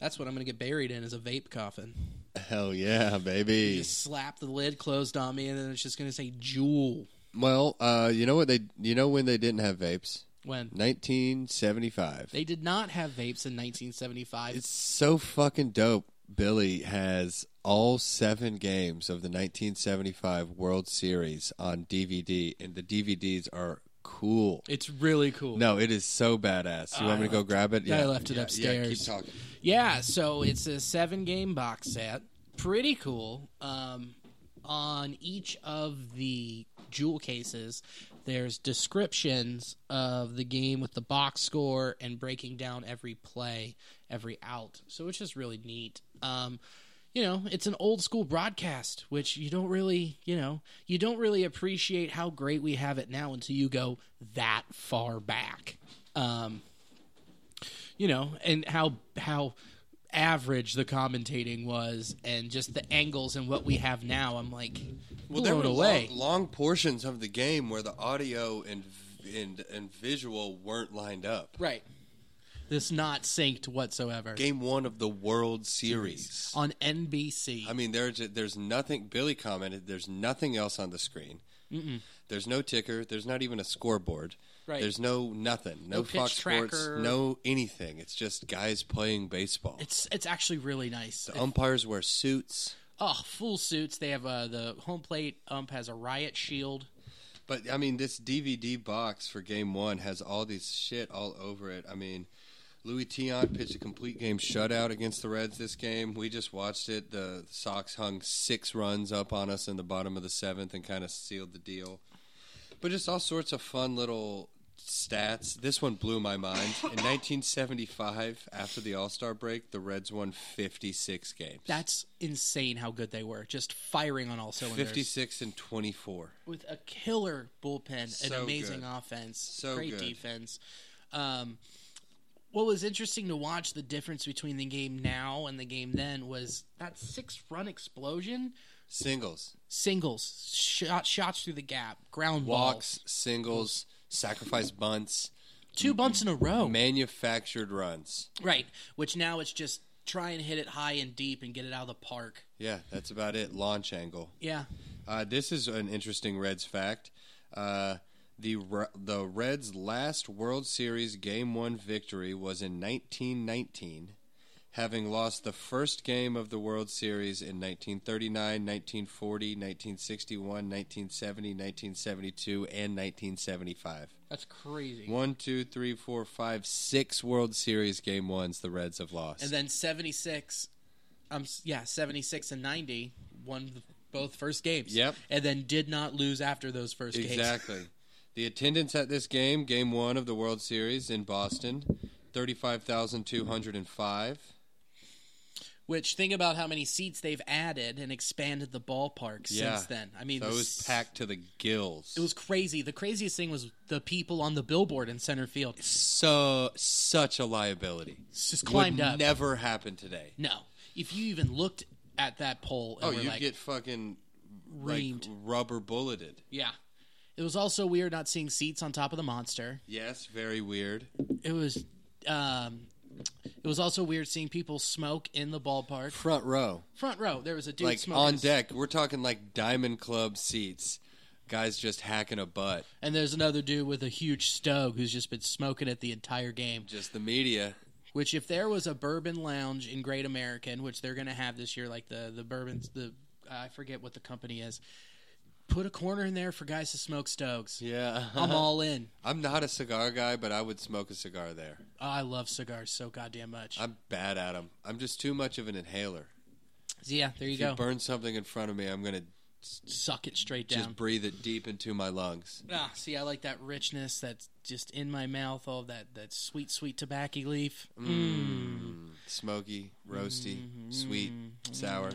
[SPEAKER 1] That's what I'm going to get buried in is a vape coffin.
[SPEAKER 2] Hell yeah, baby.
[SPEAKER 1] Just slap the lid closed on me, and then it's just going to say Jewel.
[SPEAKER 2] Well, uh, you know what they? You know when they didn't have vapes?
[SPEAKER 1] When
[SPEAKER 2] 1975.
[SPEAKER 1] They did not have vapes in 1975.
[SPEAKER 2] It's so fucking dope. Billy has all seven games of the 1975 World Series on DVD, and the DVDs are cool.
[SPEAKER 1] it's really cool.
[SPEAKER 2] No, it is so badass. You want me to go grab it?
[SPEAKER 1] I left it upstairs.
[SPEAKER 2] keep talking.
[SPEAKER 1] Yeah, so it's a seven game box set. Pretty cool. Um, on each of the jewel cases, there's descriptions of the game with the box score and breaking down every play, every out. So it's just really neat. Um, you know, it's an old school broadcast, which you don't really, you know, you don't really appreciate how great we have it now until you go that far back. Um, you know, and how how average the commentating was, and just the angles and what we have now. I'm like
[SPEAKER 2] Well,
[SPEAKER 1] blown
[SPEAKER 2] there were
[SPEAKER 1] away.
[SPEAKER 2] Long, long portions of the game where the audio and and and visual weren't lined up.
[SPEAKER 1] Right. This not synced whatsoever
[SPEAKER 2] Game one of the World Series.
[SPEAKER 1] on NBC.
[SPEAKER 2] I mean, there's there's nothing. Billy commented. There's nothing else on the screen. There's no ticker. There's not even a scoreboard.
[SPEAKER 1] Right.
[SPEAKER 2] There's no nothing. No,
[SPEAKER 1] No pitch
[SPEAKER 2] Fox
[SPEAKER 1] tracker.
[SPEAKER 2] Sports. No anything. It's just guys playing baseball.
[SPEAKER 1] it's it's actually really nice.
[SPEAKER 2] the um umpires wear suits.
[SPEAKER 1] Oh, full suits. They have uh, the home plate ump has a riot shield.
[SPEAKER 2] But I mean, this DVD box for Game One has all these shit all over it. I mean, Louis Tion pitched a complete game shutout against the Reds this game. We just watched it. The Sox hung six runs up on us in the bottom of the seventh and kind of sealed the deal. But just all sorts of fun little stats. This one blew my mind. In 1975, after the All Star break, the Reds won 56 games.
[SPEAKER 1] That's insane how good they were. Just firing on all cylinders.
[SPEAKER 2] 56 and 24.
[SPEAKER 1] with a killer bullpen, an
[SPEAKER 2] So
[SPEAKER 1] amazing
[SPEAKER 2] good.
[SPEAKER 1] offense,
[SPEAKER 2] So
[SPEAKER 1] great
[SPEAKER 2] good.
[SPEAKER 1] defense. Um, what was interesting to watch the difference between the game now and the game then was that six run explosion,
[SPEAKER 2] Singles.
[SPEAKER 1] singles, shot shots through the gap, ground
[SPEAKER 2] walks, Mm-hmm.
[SPEAKER 1] balls,
[SPEAKER 2] singles, sacrifice bunts,
[SPEAKER 1] two bunts in a row,
[SPEAKER 2] manufactured runs.
[SPEAKER 1] right? Which now it's just try and hit it high and deep and get it out of the park.
[SPEAKER 2] Yeah, that's about it. Launch angle.
[SPEAKER 1] Yeah,
[SPEAKER 2] Uh, this is an interesting Reds fact. Uh, the Re- the Reds' last World Series Game One victory was in 1919, having lost the first game of the World Series in 1939, 1940, 1961, 1970, 1972, and 1975.
[SPEAKER 1] that's crazy.
[SPEAKER 2] One, two, three, four, five, six World Series game ones the Reds have lost.
[SPEAKER 1] And then 76, um, s- yeah, 76 and 90 won the, both first games.
[SPEAKER 2] Yep.
[SPEAKER 1] And then did not lose after those first games.
[SPEAKER 2] exactly. the attendance at this game, game one of the World Series in Boston, 35,205.
[SPEAKER 1] Which, think about how many seats they've added and expanded the ballpark
[SPEAKER 2] Yeah.
[SPEAKER 1] since then. I mean,
[SPEAKER 2] that was
[SPEAKER 1] this-
[SPEAKER 2] packed to the gills.
[SPEAKER 1] It was crazy. The craziest thing was the people on the billboard in center field
[SPEAKER 2] so such a liability.
[SPEAKER 1] just climbed
[SPEAKER 2] Would
[SPEAKER 1] up.
[SPEAKER 2] Never happened today.
[SPEAKER 1] no. If you even looked at that poll and
[SPEAKER 2] Oh,
[SPEAKER 1] were
[SPEAKER 2] you
[SPEAKER 1] like,
[SPEAKER 2] get fucking like,
[SPEAKER 1] Reamed.
[SPEAKER 2] rubber bulleted.
[SPEAKER 1] yeah. It was also weird not seeing seats on top of the monster.
[SPEAKER 2] Yes, very weird.
[SPEAKER 1] It was um it was also weird seeing people smoke in the ballpark.
[SPEAKER 2] Front row,
[SPEAKER 1] Front row, there was a dude
[SPEAKER 2] like
[SPEAKER 1] smoking
[SPEAKER 2] on
[SPEAKER 1] his-
[SPEAKER 2] deck. We're talking like Diamond Club seats. Guys just hacking a butt.
[SPEAKER 1] and there's another dude with a huge stove who's just been smoking it the entire game.
[SPEAKER 2] Just the media.
[SPEAKER 1] Which, if there was a bourbon lounge in Great American, which they're going to have this year, like the the bourbons, the I forget what the company is, put a corner in there for guys to smoke stoves.
[SPEAKER 2] Yeah.
[SPEAKER 1] I'm all in.
[SPEAKER 2] I'm not a cigar guy, but I would smoke a cigar there.
[SPEAKER 1] I love cigars so goddamn much.
[SPEAKER 2] I'm bad at them. I'm just too much of an inhaler.
[SPEAKER 1] yeah, there you
[SPEAKER 2] If you
[SPEAKER 1] go.
[SPEAKER 2] burn something in front of me, I'm going to
[SPEAKER 1] Suck it straight down.
[SPEAKER 2] just breathe it deep into my lungs.
[SPEAKER 1] Ah, see, I like that richness that's just in my mouth. All that that sweet, sweet tobacco leaf.
[SPEAKER 2] Mm.
[SPEAKER 1] Mm.
[SPEAKER 2] Smoky, roasty,
[SPEAKER 1] Mm-hmm.
[SPEAKER 2] sweet, sour.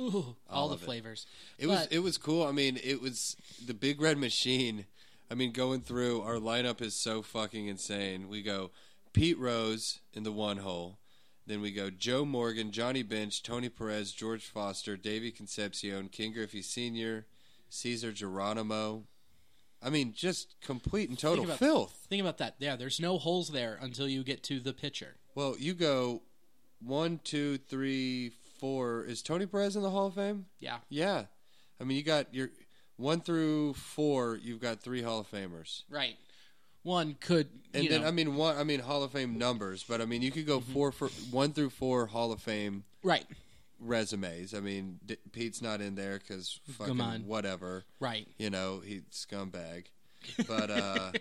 [SPEAKER 1] Ooh, all, the
[SPEAKER 2] of it.
[SPEAKER 1] flavors.
[SPEAKER 2] It was
[SPEAKER 1] But-
[SPEAKER 2] it was cool. I mean, it was the Big Red Machine. I mean, going through our lineup is so fucking insane. We go Pete Rose in the one hole, then we go Joe Morgan, Johnny Bench, Tony Perez, George Foster, Davey Concepcion, King Griffey Sr., Caesar Geronimo. I mean, just complete and total
[SPEAKER 1] Think about-
[SPEAKER 2] filth.
[SPEAKER 1] Think about that. Yeah, there's no holes there until you get to the pitcher.
[SPEAKER 2] Well, you go one, two, three, four. Is Tony Perez in the Hall of Fame?
[SPEAKER 1] Yeah.
[SPEAKER 2] Yeah. I mean, you got your one through four. You've got three Hall of Famers,
[SPEAKER 1] Right. One could.
[SPEAKER 2] and
[SPEAKER 1] you
[SPEAKER 2] then
[SPEAKER 1] know, Mm-hmm.
[SPEAKER 2] I mean, one. I mean, Hall of Fame numbers, but I mean, you could go four for one through four Hall of Fame
[SPEAKER 1] right,
[SPEAKER 2] resumes. I mean, D- Pete's not in there because fucking
[SPEAKER 1] on.
[SPEAKER 2] whatever.
[SPEAKER 1] right.
[SPEAKER 2] You know, he's scumbag. But uh,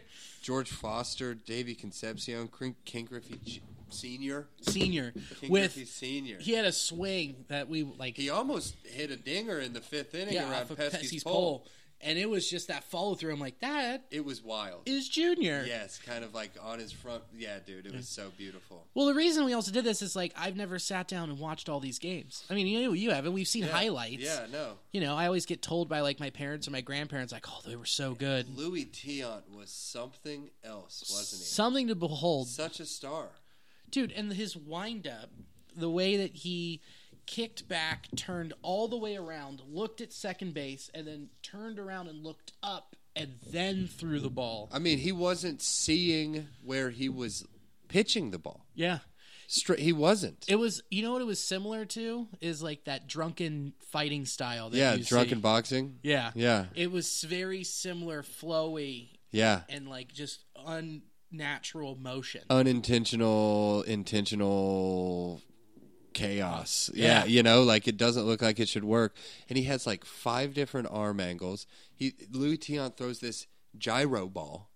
[SPEAKER 2] George Foster, Davey Concepcion, King, King Griffey J- Senior,
[SPEAKER 1] Senior
[SPEAKER 2] King
[SPEAKER 1] with
[SPEAKER 2] Griffey Senior.
[SPEAKER 1] he had a swing that we like.
[SPEAKER 2] He almost hit a dinger in the fifth inning
[SPEAKER 1] yeah,
[SPEAKER 2] around
[SPEAKER 1] off of
[SPEAKER 2] Pesky's,
[SPEAKER 1] Pesky's
[SPEAKER 2] pole.
[SPEAKER 1] pole. and it was just that follow through. I'm like, that
[SPEAKER 2] It was wild.
[SPEAKER 1] is Junior.
[SPEAKER 2] yes, kind of like on his front. Yeah, dude, it was so beautiful.
[SPEAKER 1] Well, the reason we also did this is like I've never sat down and watched all these games. I mean, you know, you haven't. We've seen highlights.
[SPEAKER 2] Yeah, no.
[SPEAKER 1] You know, I always get told by like my parents or my grandparents, like, oh, they were so good.
[SPEAKER 2] Louis Tiant was something else, wasn't he?
[SPEAKER 1] Something to behold.
[SPEAKER 2] Such a star.
[SPEAKER 1] dude and his windup the way that he kicked back turned all the way around looked at second base and then turned around and looked up and then threw the ball
[SPEAKER 2] I mean, he wasn't seeing where he was pitching the ball.
[SPEAKER 1] yeah
[SPEAKER 2] Straight, he wasn't.
[SPEAKER 1] it was you know what it was similar to is like that drunken fighting style that
[SPEAKER 2] yeah,
[SPEAKER 1] you
[SPEAKER 2] drunken
[SPEAKER 1] see.
[SPEAKER 2] boxing.
[SPEAKER 1] yeah
[SPEAKER 2] Yeah.
[SPEAKER 1] it was very similar flowy
[SPEAKER 2] Yeah.
[SPEAKER 1] and like just unnatural motion
[SPEAKER 2] Uh, unintentional intentional chaos yeah.
[SPEAKER 1] Yeah.
[SPEAKER 2] you know like it doesn't look like it should work and he has like five different arm angles he louis Tiant throws this gyro ball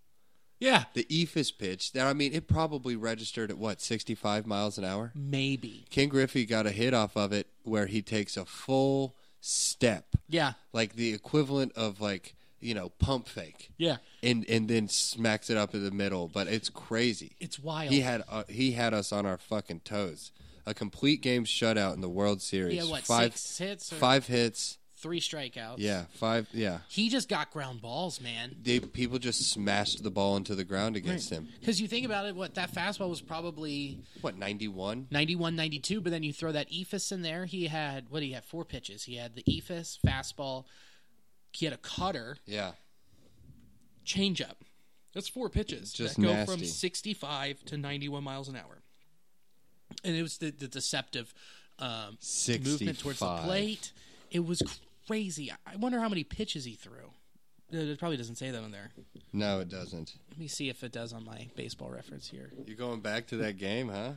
[SPEAKER 1] yeah
[SPEAKER 2] the ephus pitch that i mean it probably registered at what 65 miles an hour
[SPEAKER 1] maybe
[SPEAKER 2] king griffey got a hit off of it where he takes a full step
[SPEAKER 1] yeah
[SPEAKER 2] like the equivalent of like you know pump fake
[SPEAKER 1] yeah
[SPEAKER 2] and and then smacks it up in the middle but it's crazy
[SPEAKER 1] it's wild
[SPEAKER 2] he had uh, he had us on our fucking toes. A complete game shutout in the World Series.
[SPEAKER 1] Yeah, what, six hits or-
[SPEAKER 2] Five hits.
[SPEAKER 1] three strikeouts
[SPEAKER 2] Yeah, five. Yeah,
[SPEAKER 1] he just got ground balls man
[SPEAKER 2] they, people just smashed the ball into the ground against him.
[SPEAKER 1] Because you think about it, what that fastball was probably
[SPEAKER 2] What ninety one?
[SPEAKER 1] 91, 92, but then you throw that Ephus in there. He had, what did he have? Four pitches. He had the Ephus, fastball, he had a cutter,
[SPEAKER 2] Yeah,
[SPEAKER 1] changeup. That's four pitches
[SPEAKER 2] Just
[SPEAKER 1] that go from
[SPEAKER 2] nasty.
[SPEAKER 1] 65 to 91 miles an hour. And it was the, the deceptive um, movement towards the
[SPEAKER 2] 65.
[SPEAKER 1] plate. It was crazy. I- I wonder how many pitches he threw. Uh, It it probably doesn't say that on there.
[SPEAKER 2] no, it doesn't.
[SPEAKER 1] Let me see if it does on my baseball reference here.
[SPEAKER 2] You're going back to that game, huh?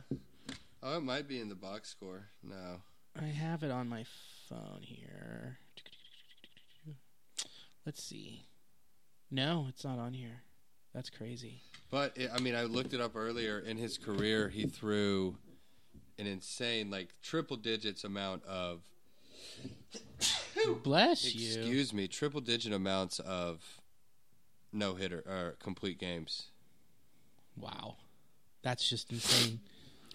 [SPEAKER 2] Oh, it might be in the box score. No,
[SPEAKER 1] I have it on my phone here. Let's see. No, it's not on here. That's crazy.
[SPEAKER 2] but it, I mean, I looked it up earlier. In his career, he threw an insane, like triple digits amount of
[SPEAKER 1] Bless you.
[SPEAKER 2] Excuse me, triple digit amounts of no hitter or complete games.
[SPEAKER 1] Wow. That's just insane.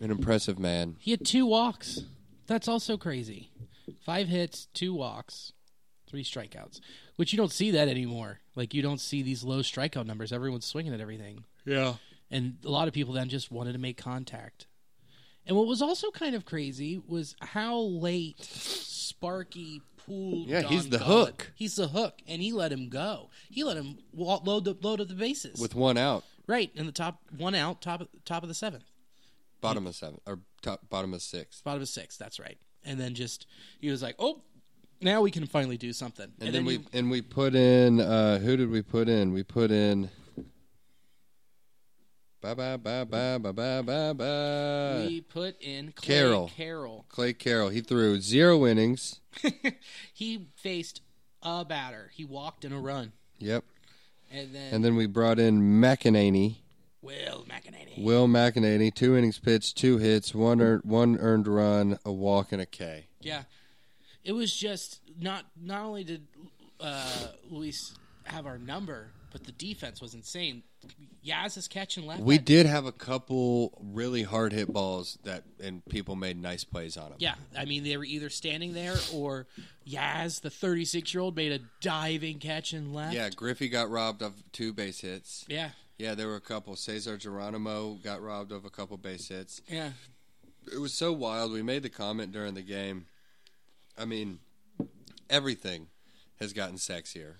[SPEAKER 2] An impressive man.
[SPEAKER 1] he had two walks. That's also crazy. Five hits, two walks, three strikeouts, which you don't see that anymore. Like, you don't see these low strikeout numbers. Everyone's swinging at everything.
[SPEAKER 2] Yeah.
[SPEAKER 1] and a lot of people then just wanted to make contact. And what was also kind of crazy was how late Sparky pool.
[SPEAKER 2] Yeah,
[SPEAKER 1] Don
[SPEAKER 2] he's the
[SPEAKER 1] Gullet.
[SPEAKER 2] hook.
[SPEAKER 1] He's the hook, and he let him go. He let him wa- load the load up the bases
[SPEAKER 2] with one out,
[SPEAKER 1] right in the top one out, top top of the seventh,
[SPEAKER 2] bottom of seven or top, bottom of six,
[SPEAKER 1] bottom of six. That's right. And then just he was like, oh, now we can finally do something.
[SPEAKER 2] and, then, we
[SPEAKER 1] you-
[SPEAKER 2] and we put in uh, who did we put in? We put in. Ba ba ba ba ba ba ba ba.
[SPEAKER 3] we put in Clay
[SPEAKER 2] uh, Carroll.
[SPEAKER 3] Carroll.
[SPEAKER 2] Clay Carroll. He threw zero innings.
[SPEAKER 3] He faced a batter. He walked in a run,
[SPEAKER 2] Yep.
[SPEAKER 3] and then
[SPEAKER 2] And then we brought in McEnany,
[SPEAKER 3] Will McEnany.
[SPEAKER 2] Will McEnany, two innings pitched, two hits, one earned, one earned run, a walk, and a K.
[SPEAKER 1] Yeah, it was just not. Not only did uh, Luis have our number, but the defense was insane. Yaz is catching left.
[SPEAKER 2] We
[SPEAKER 1] at-
[SPEAKER 2] did have a couple really hard hit balls that, and people made nice plays on them.
[SPEAKER 1] Yeah, I mean they were either standing there or Yaz, the 36 year old, made a diving catch and left.
[SPEAKER 2] Yeah, Griffey got robbed of two base hits.
[SPEAKER 1] yeah,
[SPEAKER 2] Yeah, there were a couple. Cesar Geronimo got robbed of a couple base hits.
[SPEAKER 1] yeah.
[SPEAKER 2] It was so wild. We made the comment during the game. I mean, everything has gotten sexier.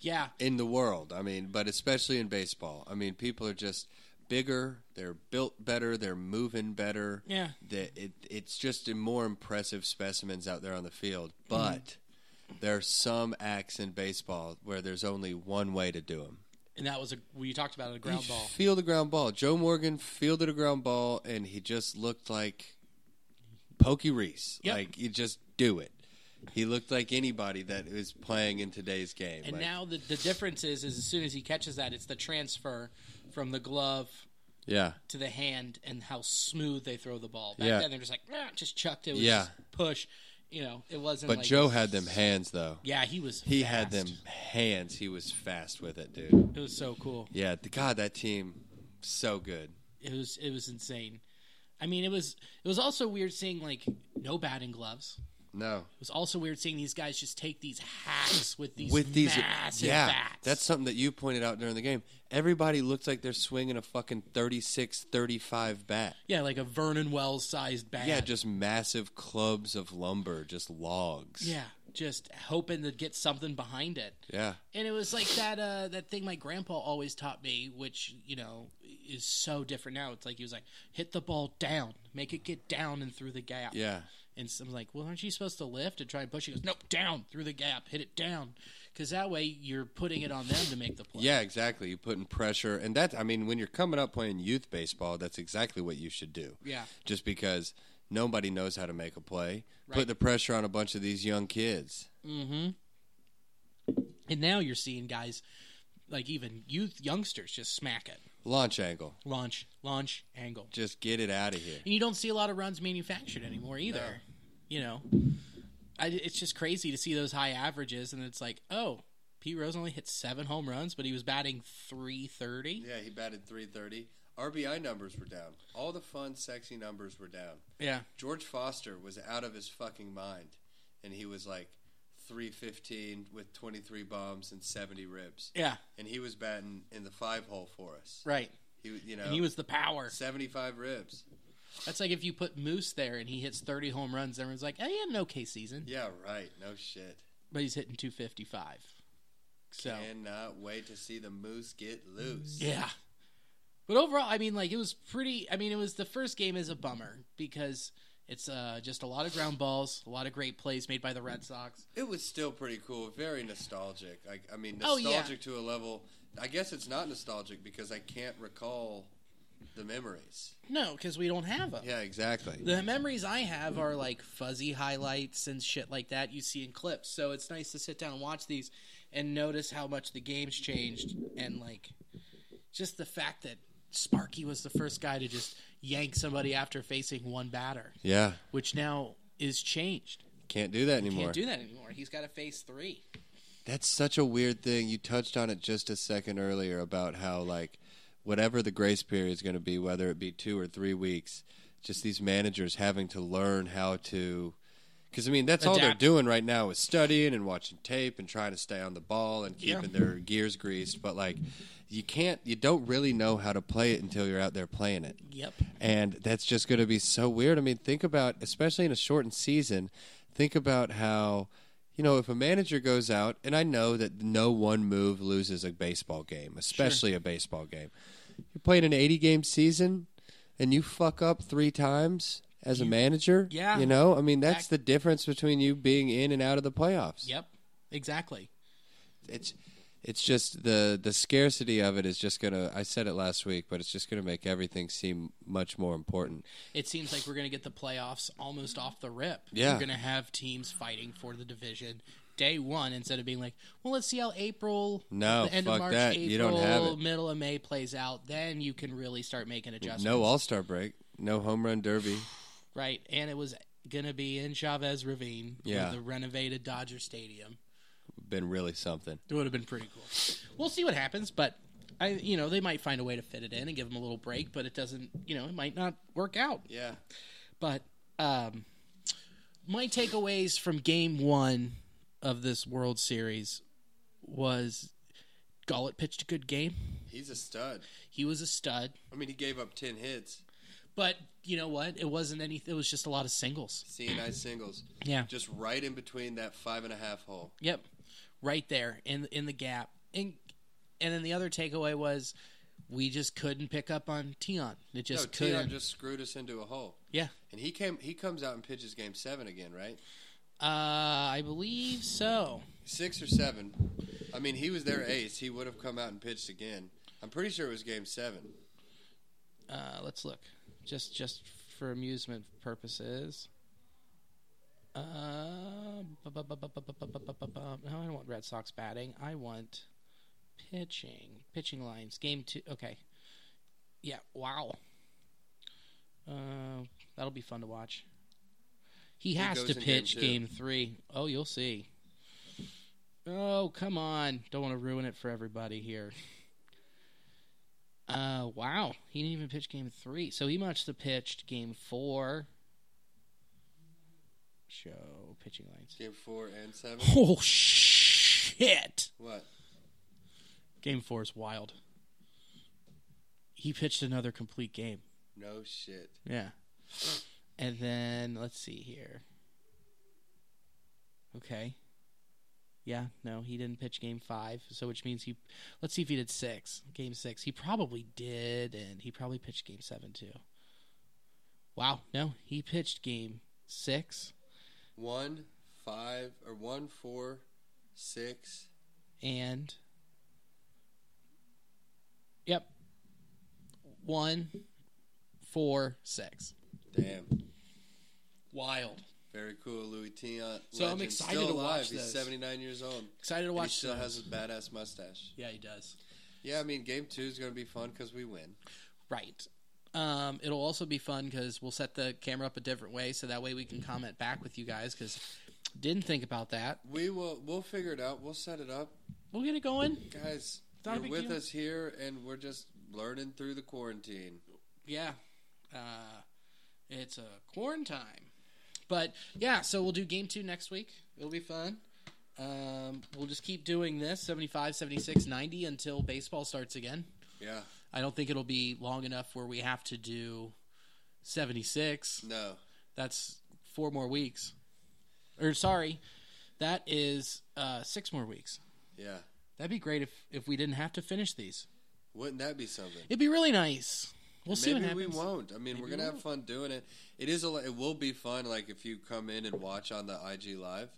[SPEAKER 1] yeah.
[SPEAKER 2] in the world. I mean, but especially in baseball. I mean, people are just bigger. They're built better. They're moving better.
[SPEAKER 1] Yeah.
[SPEAKER 2] The, it, it's just a more impressive specimens out there on the field. But there are some acts in baseball where there's only one way to do them.
[SPEAKER 1] And that was a we talked about it, a ground ball.
[SPEAKER 2] Field a ground ball. Joe Morgan fielded a ground ball, and he just looked like Pokey Reese.
[SPEAKER 1] Yep.
[SPEAKER 2] Like you just do it. He looked like anybody that is playing in today's game.
[SPEAKER 1] And
[SPEAKER 2] Like,
[SPEAKER 1] now the the difference is is as soon as he catches that, it's the transfer from the glove
[SPEAKER 2] yeah,
[SPEAKER 1] to the hand and how smooth they throw the ball. Back
[SPEAKER 2] Yeah.
[SPEAKER 1] then they're just like "Ah," just chucked it. it was
[SPEAKER 2] Yeah.
[SPEAKER 1] just push. You know, it wasn't.
[SPEAKER 2] But
[SPEAKER 1] like
[SPEAKER 2] Joe had them hands though.
[SPEAKER 1] Yeah, he was.
[SPEAKER 2] He had
[SPEAKER 1] fast.
[SPEAKER 2] them hands. He was fast with it, dude.
[SPEAKER 1] It was so cool.
[SPEAKER 2] Yeah, th- God, that team so good.
[SPEAKER 1] It was it was insane. I mean, it was it was also weird seeing like no batting gloves.
[SPEAKER 2] No,
[SPEAKER 1] It was also weird seeing these guys just take these hacks with these
[SPEAKER 2] with these,
[SPEAKER 1] massive
[SPEAKER 2] yeah,
[SPEAKER 1] bats.
[SPEAKER 2] that's something that you pointed out during the game. Everybody looks like they're swinging a fucking 36, 35 bat.
[SPEAKER 1] yeah, like a Vernon Wells sized bat.
[SPEAKER 2] Yeah, just massive clubs of lumber, just logs.
[SPEAKER 1] yeah, just hoping to get something behind it.
[SPEAKER 2] yeah.
[SPEAKER 1] And it was like that uh, that thing my grandpa always taught me, which you know is so different now. It's like he was like, hit the ball down, make it get down and through the gap.
[SPEAKER 2] Yeah.
[SPEAKER 1] And so I'm like, well, aren't you supposed to lift and try and push? He goes, nope, down through the gap, hit it down, because that way you're putting it on them to make the play.
[SPEAKER 2] Yeah, exactly. You're putting pressure, and that's I mean, when you're coming up playing youth baseball, that's exactly what you should do.
[SPEAKER 1] Yeah.
[SPEAKER 2] Just because nobody knows how to make a play, put the pressure on a bunch of these young kids.
[SPEAKER 1] And now you're seeing guys, like even youth youngsters, just smack it,
[SPEAKER 2] Launch angle,
[SPEAKER 1] launch, launch, angle,
[SPEAKER 2] just get it out of here.
[SPEAKER 1] and you don't see a lot of runs manufactured anymore either. You know, I, it's just crazy to see those high averages, and it's like, oh, Pete Rose only hit seven home runs, but he was batting three thirty.
[SPEAKER 2] Yeah, he batted 330. RBI numbers were down. All the fun, sexy numbers were down.
[SPEAKER 1] Yeah,
[SPEAKER 2] George Foster was out of his fucking mind, and he was like 315 with 23 bombs and 70 ribs.
[SPEAKER 1] yeah,
[SPEAKER 2] And he was batting in the five hole for us.
[SPEAKER 1] right.
[SPEAKER 2] He, was- you know,
[SPEAKER 1] And he was the power.
[SPEAKER 2] 75 ribs.
[SPEAKER 1] That's like if you put Moose there and he hits 30 home runs, everyone's like, oh, he had an okay season,
[SPEAKER 2] Yeah, right. No shit.
[SPEAKER 1] but he's hitting 255. So,
[SPEAKER 2] Cannot wait to see the moose get loose.
[SPEAKER 1] yeah. But overall, I mean, like, it was pretty. I mean, it was the first game is a bummer because it's uh, just a lot of ground balls, a lot of great plays made by the Red Sox.
[SPEAKER 2] It was still pretty cool. Very nostalgic. Like I mean,
[SPEAKER 1] Oh, yeah.
[SPEAKER 2] nostalgic to a level. I guess it's not nostalgic because I can't recall the memories.
[SPEAKER 1] No, because we don't have them.
[SPEAKER 2] Yeah, exactly.
[SPEAKER 1] The memories I have are like fuzzy highlights and shit like that you see in clips. So it's nice to sit down and watch these and notice how much the game's changed and like just the fact that Sparky was the first guy to just yank somebody after facing one batter,
[SPEAKER 2] Yeah,
[SPEAKER 1] which now is changed.
[SPEAKER 2] can't do that anymore.
[SPEAKER 1] Can't do that anymore. He's got to face three.
[SPEAKER 2] That's such a weird thing. You touched on it just a second earlier about how like whatever the grace period is going to be, whether it be two or three weeks, just these managers having to learn how to. Because I mean, that's all they're
[SPEAKER 1] Adapt.
[SPEAKER 2] doing right now is studying and watching tape and trying to stay on the ball and keeping their gears greased. But like, you can't, you don't really know how to play it until you're out there playing it
[SPEAKER 1] Yep.
[SPEAKER 2] and that's just going to be so weird. I mean, think about especially in a shortened season. Think about how you know, if a manager goes out, and I know that no one move loses a baseball game, especially a baseball game. You're playing an 80 game season, and you fuck up three times as a manager.
[SPEAKER 1] yeah.
[SPEAKER 2] you know, I mean, that's the difference between you being in and out of the playoffs.
[SPEAKER 1] Yep. Exactly.
[SPEAKER 2] it's it's just the the scarcity of it is just gonna. I said it last week, but it's just gonna make everything seem much more important.
[SPEAKER 1] It seems like we're going to get the playoffs almost off the rip.
[SPEAKER 2] Yeah.
[SPEAKER 1] We're going to have teams fighting for the division day one instead of being like, well, let's see how April,
[SPEAKER 2] No,
[SPEAKER 1] the end
[SPEAKER 2] fuck
[SPEAKER 1] of March,
[SPEAKER 2] that.
[SPEAKER 1] April,
[SPEAKER 2] You don't have it.
[SPEAKER 1] middle of May plays out. Then you can really start making adjustments.
[SPEAKER 2] No All Star break, no home run derby.
[SPEAKER 1] Right. And it was going to be in Chavez Ravine, with
[SPEAKER 2] Yeah.
[SPEAKER 1] the renovated Dodger Stadium.
[SPEAKER 2] Been really something.
[SPEAKER 1] It would have been pretty cool. We'll see what happens, but I, you know, they might find a way to fit it in and give them a little break, but it doesn't, you know, it might not work out.
[SPEAKER 2] Yeah,
[SPEAKER 1] But um, my takeaways from Game One of this World Series was Gollett pitched a good game.
[SPEAKER 2] he's a stud.
[SPEAKER 1] He was a stud,
[SPEAKER 2] I mean, he gave up ten hits,
[SPEAKER 1] but you know what? It wasn't any. It was just a lot of singles.
[SPEAKER 2] CNI singles,
[SPEAKER 1] Yeah.
[SPEAKER 2] just right in between that five and a half hole.
[SPEAKER 1] Yep, right there in in the gap. And and then the other takeaway was we just couldn't pick up on Tion. It
[SPEAKER 2] No,
[SPEAKER 1] just
[SPEAKER 2] Tion
[SPEAKER 1] couldn't.
[SPEAKER 2] just screwed us into a hole.
[SPEAKER 1] yeah,
[SPEAKER 2] And he came. He comes out and pitches Game Seven again, right?
[SPEAKER 1] uh, I believe so.
[SPEAKER 2] six or seven. I mean, he was their ace. He would have come out and pitched again. I'm pretty sure it was game seven.
[SPEAKER 1] Uh, let's look, just just for amusement purposes. Uh, bu- bu- bu- bu- bu- bu- bu- bu- bu- bu- bu- no, I don't want Red Sox batting. I want pitching, pitching lines. Game two. Okay, yeah. Wow. Uh, that'll be fun to watch. He has
[SPEAKER 2] goes
[SPEAKER 1] to
[SPEAKER 2] in game
[SPEAKER 1] pitch
[SPEAKER 2] two.
[SPEAKER 1] game, three. Oh, you'll see. Oh, come on! Don't want to ruin it for everybody here. Uh, wow. He didn't even pitch game three. So he must have pitched game four. Show pitching lines.
[SPEAKER 2] Game four and seven.
[SPEAKER 1] Oh, shit.
[SPEAKER 2] What?
[SPEAKER 1] Game four is wild. He pitched another complete game.
[SPEAKER 2] No shit.
[SPEAKER 1] Yeah. And then let's see here. Okay. Yeah, no, he didn't pitch game five, so which means he. Let's see if he did six. Game six, he probably did, and he probably pitched game seven too. Wow, no, he pitched game six
[SPEAKER 2] One, five, or one, four, six.
[SPEAKER 1] and. Yep. One, four, six.
[SPEAKER 2] Damn.
[SPEAKER 1] Wild.
[SPEAKER 2] Very cool, Louis Tion.
[SPEAKER 1] So I'm
[SPEAKER 2] legend.
[SPEAKER 1] excited
[SPEAKER 2] still
[SPEAKER 1] to
[SPEAKER 2] alive.
[SPEAKER 1] watch those.
[SPEAKER 2] He's 79 years old.
[SPEAKER 1] Excited to
[SPEAKER 2] And he
[SPEAKER 1] watch.
[SPEAKER 2] still
[SPEAKER 1] those.
[SPEAKER 2] has a badass mustache.
[SPEAKER 1] yeah, he does.
[SPEAKER 2] Yeah, I mean, game two is going to be fun because we win.
[SPEAKER 1] Right. Um, it'll also be fun because we'll set the camera up a different way, so that way we can comment back with you guys. Because didn't think about that.
[SPEAKER 2] We will. We'll figure it out. We'll set it up,
[SPEAKER 1] We'll get it going.
[SPEAKER 2] guys.
[SPEAKER 1] not a
[SPEAKER 2] You're
[SPEAKER 1] big
[SPEAKER 2] with
[SPEAKER 1] deal.
[SPEAKER 2] us here, and we're just learning through the quarantine.
[SPEAKER 1] Yeah, uh, it's a quarantine. But yeah, so we'll do game two next week. It'll be fun. Um, we'll just keep doing this 75, 76, 90 until baseball starts again.
[SPEAKER 2] Yeah.
[SPEAKER 1] I don't think it'll be long enough where we have to do 76.
[SPEAKER 2] No.
[SPEAKER 1] That's four more weeks. Or sorry, that is uh, six more weeks.
[SPEAKER 2] Yeah.
[SPEAKER 1] That'd be great if if we didn't have to finish these.
[SPEAKER 2] Wouldn't that be something?
[SPEAKER 1] It'd be really nice. We'll see what
[SPEAKER 2] Maybe we
[SPEAKER 1] happens.
[SPEAKER 2] won't. I mean, we're
[SPEAKER 1] Maybe
[SPEAKER 2] gonna
[SPEAKER 1] we
[SPEAKER 2] have fun doing it. It is a. lo- It will be fun. Like if you come in and watch on the IG live,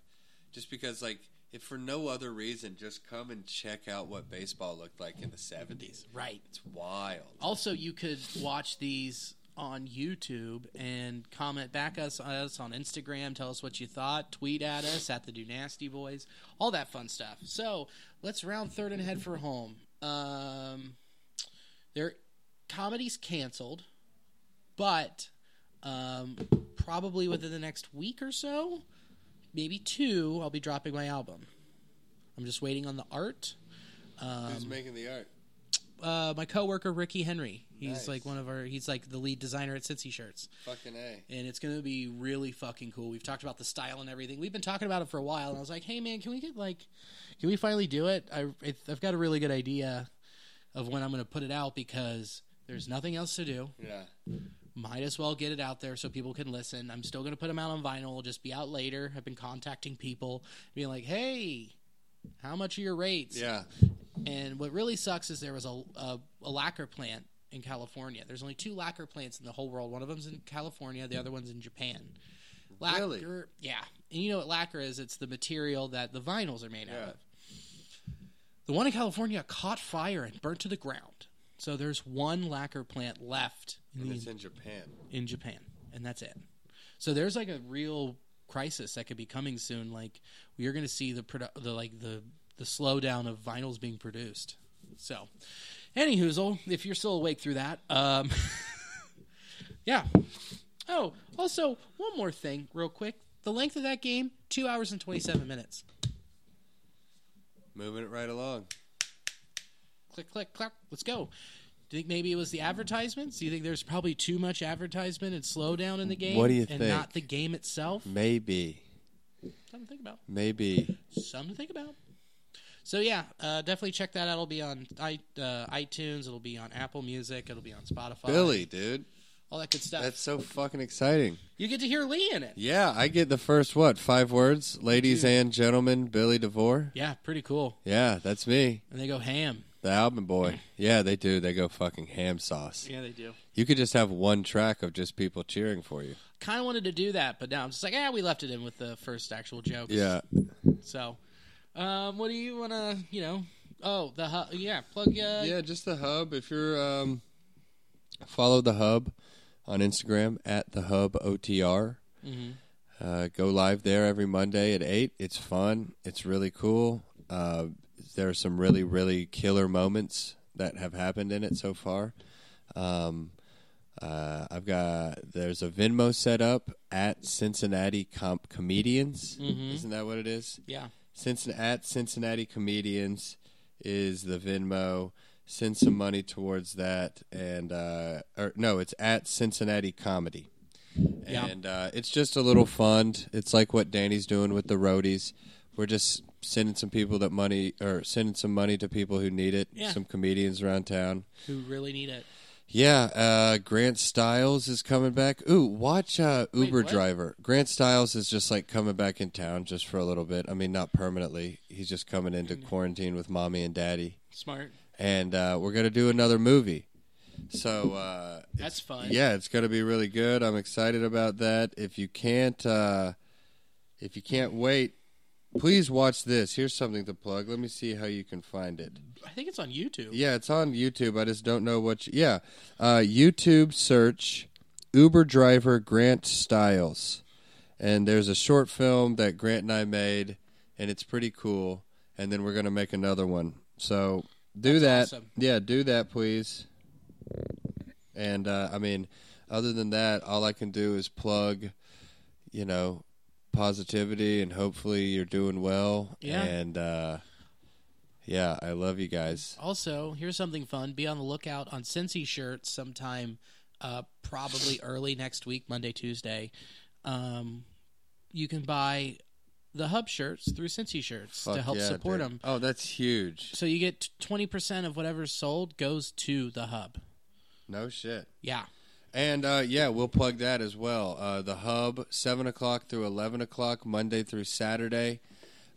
[SPEAKER 2] just because like if for no other reason, just come and check out what baseball looked like in the seventies.
[SPEAKER 1] Right.
[SPEAKER 2] It's wild.
[SPEAKER 1] Also, you could watch these on YouTube and comment back us us on Instagram. Tell us what you thought. Tweet at us at the Do Nasty Boys. All that fun stuff. So let's round third and head for home. Um, there, comedy's canceled, but um, probably within the next week or so, maybe two, I'll be dropping my album. I'm just waiting on the art Um,
[SPEAKER 2] Who's making the art?
[SPEAKER 1] uh, my coworker Ricky Henry. He's
[SPEAKER 2] Nice.
[SPEAKER 1] like one of our. He's like the lead designer at Cincy Shirts,
[SPEAKER 2] Fucking a.
[SPEAKER 1] and it's gonna be really fucking cool. We've talked about the style and everything. We've been talking about it for a while, and I was like, "Hey man, can we get like, can we finally do it? I it, I've got a really good idea of when I'm gonna put it out because there's nothing else to do.
[SPEAKER 2] Yeah.
[SPEAKER 1] Might as well get it out there so people can listen. I'm still going to put them out on vinyl. It'll just be out later. I've been contacting people, being like, hey, how much are your rates?
[SPEAKER 2] Yeah.
[SPEAKER 1] And what really sucks is there was a, a, a lacquer plant in California. There's only two lacquer plants in the whole world. One of them's in California, the other one's in Japan. Lacquer,
[SPEAKER 2] Really?
[SPEAKER 1] yeah. And you know what lacquer is? It's the material that the vinyls are made out
[SPEAKER 2] Yeah.
[SPEAKER 1] of. The one in California caught fire and burnt to the ground. So there's one lacquer plant left in,
[SPEAKER 2] And
[SPEAKER 1] the,
[SPEAKER 2] it's in Japan.
[SPEAKER 1] in Japan, and that's it. So there's like a real crisis that could be coming soon. Like we are going to see the produ- the like the the slowdown of vinyls being produced. So, any hoozle, if you're still awake through that, um, yeah. Oh, also one more thing, real quick. The length of that game, two hours and twenty-seven minutes.
[SPEAKER 2] Moving it right along.
[SPEAKER 1] click click click let's go do you think maybe it was the advertisements do you think there's probably too much advertisement and slowdown in the game
[SPEAKER 2] What do you
[SPEAKER 1] and
[SPEAKER 2] think?
[SPEAKER 1] not the game itself
[SPEAKER 2] Maybe.
[SPEAKER 1] something to think about
[SPEAKER 2] Maybe.
[SPEAKER 1] something to think about so yeah uh, definitely check that out it'll be on I, uh, itunes it'll be on apple music it'll be on spotify
[SPEAKER 2] Billy, dude.
[SPEAKER 1] all that good stuff
[SPEAKER 2] That's so fucking exciting.
[SPEAKER 1] you get to hear lee in it
[SPEAKER 2] Yeah, I get the first what? Five words? Ladies and gentlemen, Billy DeVore.
[SPEAKER 1] yeah pretty cool
[SPEAKER 2] Yeah, that's me.
[SPEAKER 1] and they go ham
[SPEAKER 2] The album boy. Yeah, they do. They go fucking ham sauce.
[SPEAKER 1] yeah they do
[SPEAKER 2] You could just have one track of just people cheering for you.
[SPEAKER 1] kind of wanted to do that but now i'm just like ah we left it in with the first actual joke
[SPEAKER 2] Yeah.
[SPEAKER 1] So, um, what do you want to, you know? Oh, the hu- yeah, plug. Uh,
[SPEAKER 2] Yeah, just the hub. If you're um follow the hub on Instagram at the hub OTR. Uh, go live there every Monday at eight. It's fun. It's really cool. Uh, there are some really, really killer moments that have happened in it so far. Um, uh, I've got there's a Venmo set up at Cincinnati Com- Comedians. Isn't that what it is?
[SPEAKER 1] yeah.
[SPEAKER 2] Cincinnati at Cincinnati Comedians is the Venmo. Send some money towards that, and uh, or no, it's at Cincinnati Comedy,
[SPEAKER 1] Yeah.
[SPEAKER 2] and uh, it's just a little fund. It's like what Danny's doing with the roadies. We're just sending some people that money, or sending some money to people who need it.
[SPEAKER 1] Yeah.
[SPEAKER 2] Some comedians around town.
[SPEAKER 1] Who really need it?
[SPEAKER 2] Yeah, uh, Grant Stiles is coming back. Ooh, watch uh, Uber
[SPEAKER 1] what?
[SPEAKER 2] Driver. Grant Stiles is just like coming back in town just for a little bit. I mean, not permanently. He's just coming into quarantine with mommy and daddy.
[SPEAKER 1] Smart.
[SPEAKER 2] And uh, we're going to do another movie. So, uh,
[SPEAKER 1] That's fun.
[SPEAKER 2] yeah, it's going to be really good. I'm excited about that. If you can't, uh, if you can't wait, please watch this. Here's something to plug. Let me see how you can find it.
[SPEAKER 1] I think it's on YouTube.
[SPEAKER 2] Yeah, it's on YouTube. I just don't know what. You, yeah, uh, YouTube search Uber driver Grant Stiles, and there's a short film that Grant and I made, and it's pretty cool. And then we're gonna make another one. So do
[SPEAKER 1] That's
[SPEAKER 2] that.
[SPEAKER 1] awesome.
[SPEAKER 2] Yeah, do that, please. And uh, I mean, other than that, all I can do is plug, you know, positivity, and hopefully you're doing well.
[SPEAKER 1] Yeah.
[SPEAKER 2] And uh, yeah, I love you guys.
[SPEAKER 1] Also, here's something fun. Be on the lookout on Cincy shirts sometime, uh, probably early next week, Monday, Tuesday. Um, you can buy the Hub shirts through Cincy shirts to
[SPEAKER 2] Fuck
[SPEAKER 1] help
[SPEAKER 2] yeah,
[SPEAKER 1] support
[SPEAKER 2] dude.
[SPEAKER 1] them.
[SPEAKER 2] Oh, that's huge.
[SPEAKER 1] So you get 20% of whatever's sold goes to the Hub.
[SPEAKER 2] No shit.
[SPEAKER 1] Yeah.
[SPEAKER 2] And uh, yeah, we'll plug that as well. Uh, the hub, seven o'clock through eleven o'clock, Monday through Saturday.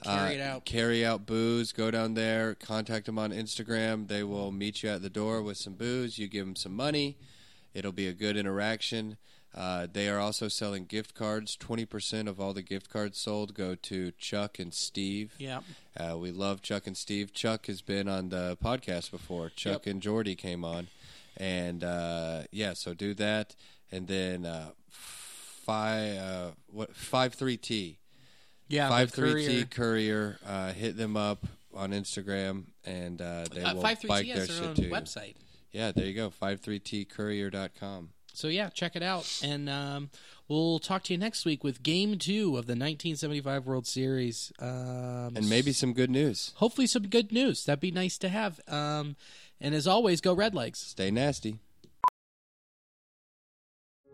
[SPEAKER 1] Carry
[SPEAKER 2] Uh,
[SPEAKER 1] it out.
[SPEAKER 2] Carry out booze. Go down there. Contact them on Instagram. They will meet you at the door with some booze. You give them some money. It'll be a good interaction. Uh, they are also selling gift cards. Twenty percent of all the gift cards sold go to Chuck and Steve.
[SPEAKER 1] Yeah.
[SPEAKER 2] Uh, we love Chuck and Steve. Chuck has been on the podcast before. Chuck and Jordy came on, and uh, yeah, so do that, and then uh, five uh, what five three T
[SPEAKER 1] Yeah.
[SPEAKER 2] five three
[SPEAKER 1] courier.
[SPEAKER 2] T courier. Uh, hit them up on Instagram, and uh, they
[SPEAKER 1] Uh,
[SPEAKER 2] will
[SPEAKER 1] Five Three
[SPEAKER 2] bike
[SPEAKER 1] T
[SPEAKER 2] their
[SPEAKER 1] has
[SPEAKER 2] shit
[SPEAKER 1] their own
[SPEAKER 2] to you.
[SPEAKER 1] website.
[SPEAKER 2] Yeah, there you go. Five three T courier.com.
[SPEAKER 1] So yeah, check it out, and um, we'll talk to you next week with Game Two of the 1975 World Series, um,
[SPEAKER 2] And maybe some good news.
[SPEAKER 1] hopefully some good news. That'd be nice to have. Um, and as always, go Red Legs.
[SPEAKER 2] Stay nasty.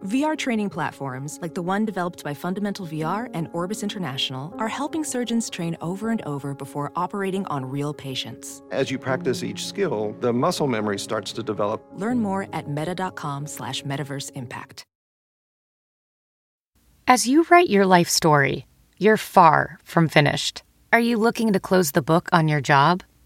[SPEAKER 4] VR training platforms, like the one developed by Fundamental VR and Orbis International, are helping surgeons train over and over before operating on real patients.
[SPEAKER 5] As you practice each skill, the muscle memory starts to develop.
[SPEAKER 4] Learn more at meta.com slash metaverse impact.
[SPEAKER 6] As you write your life story, you're far from finished. Are you looking to close the book on your job?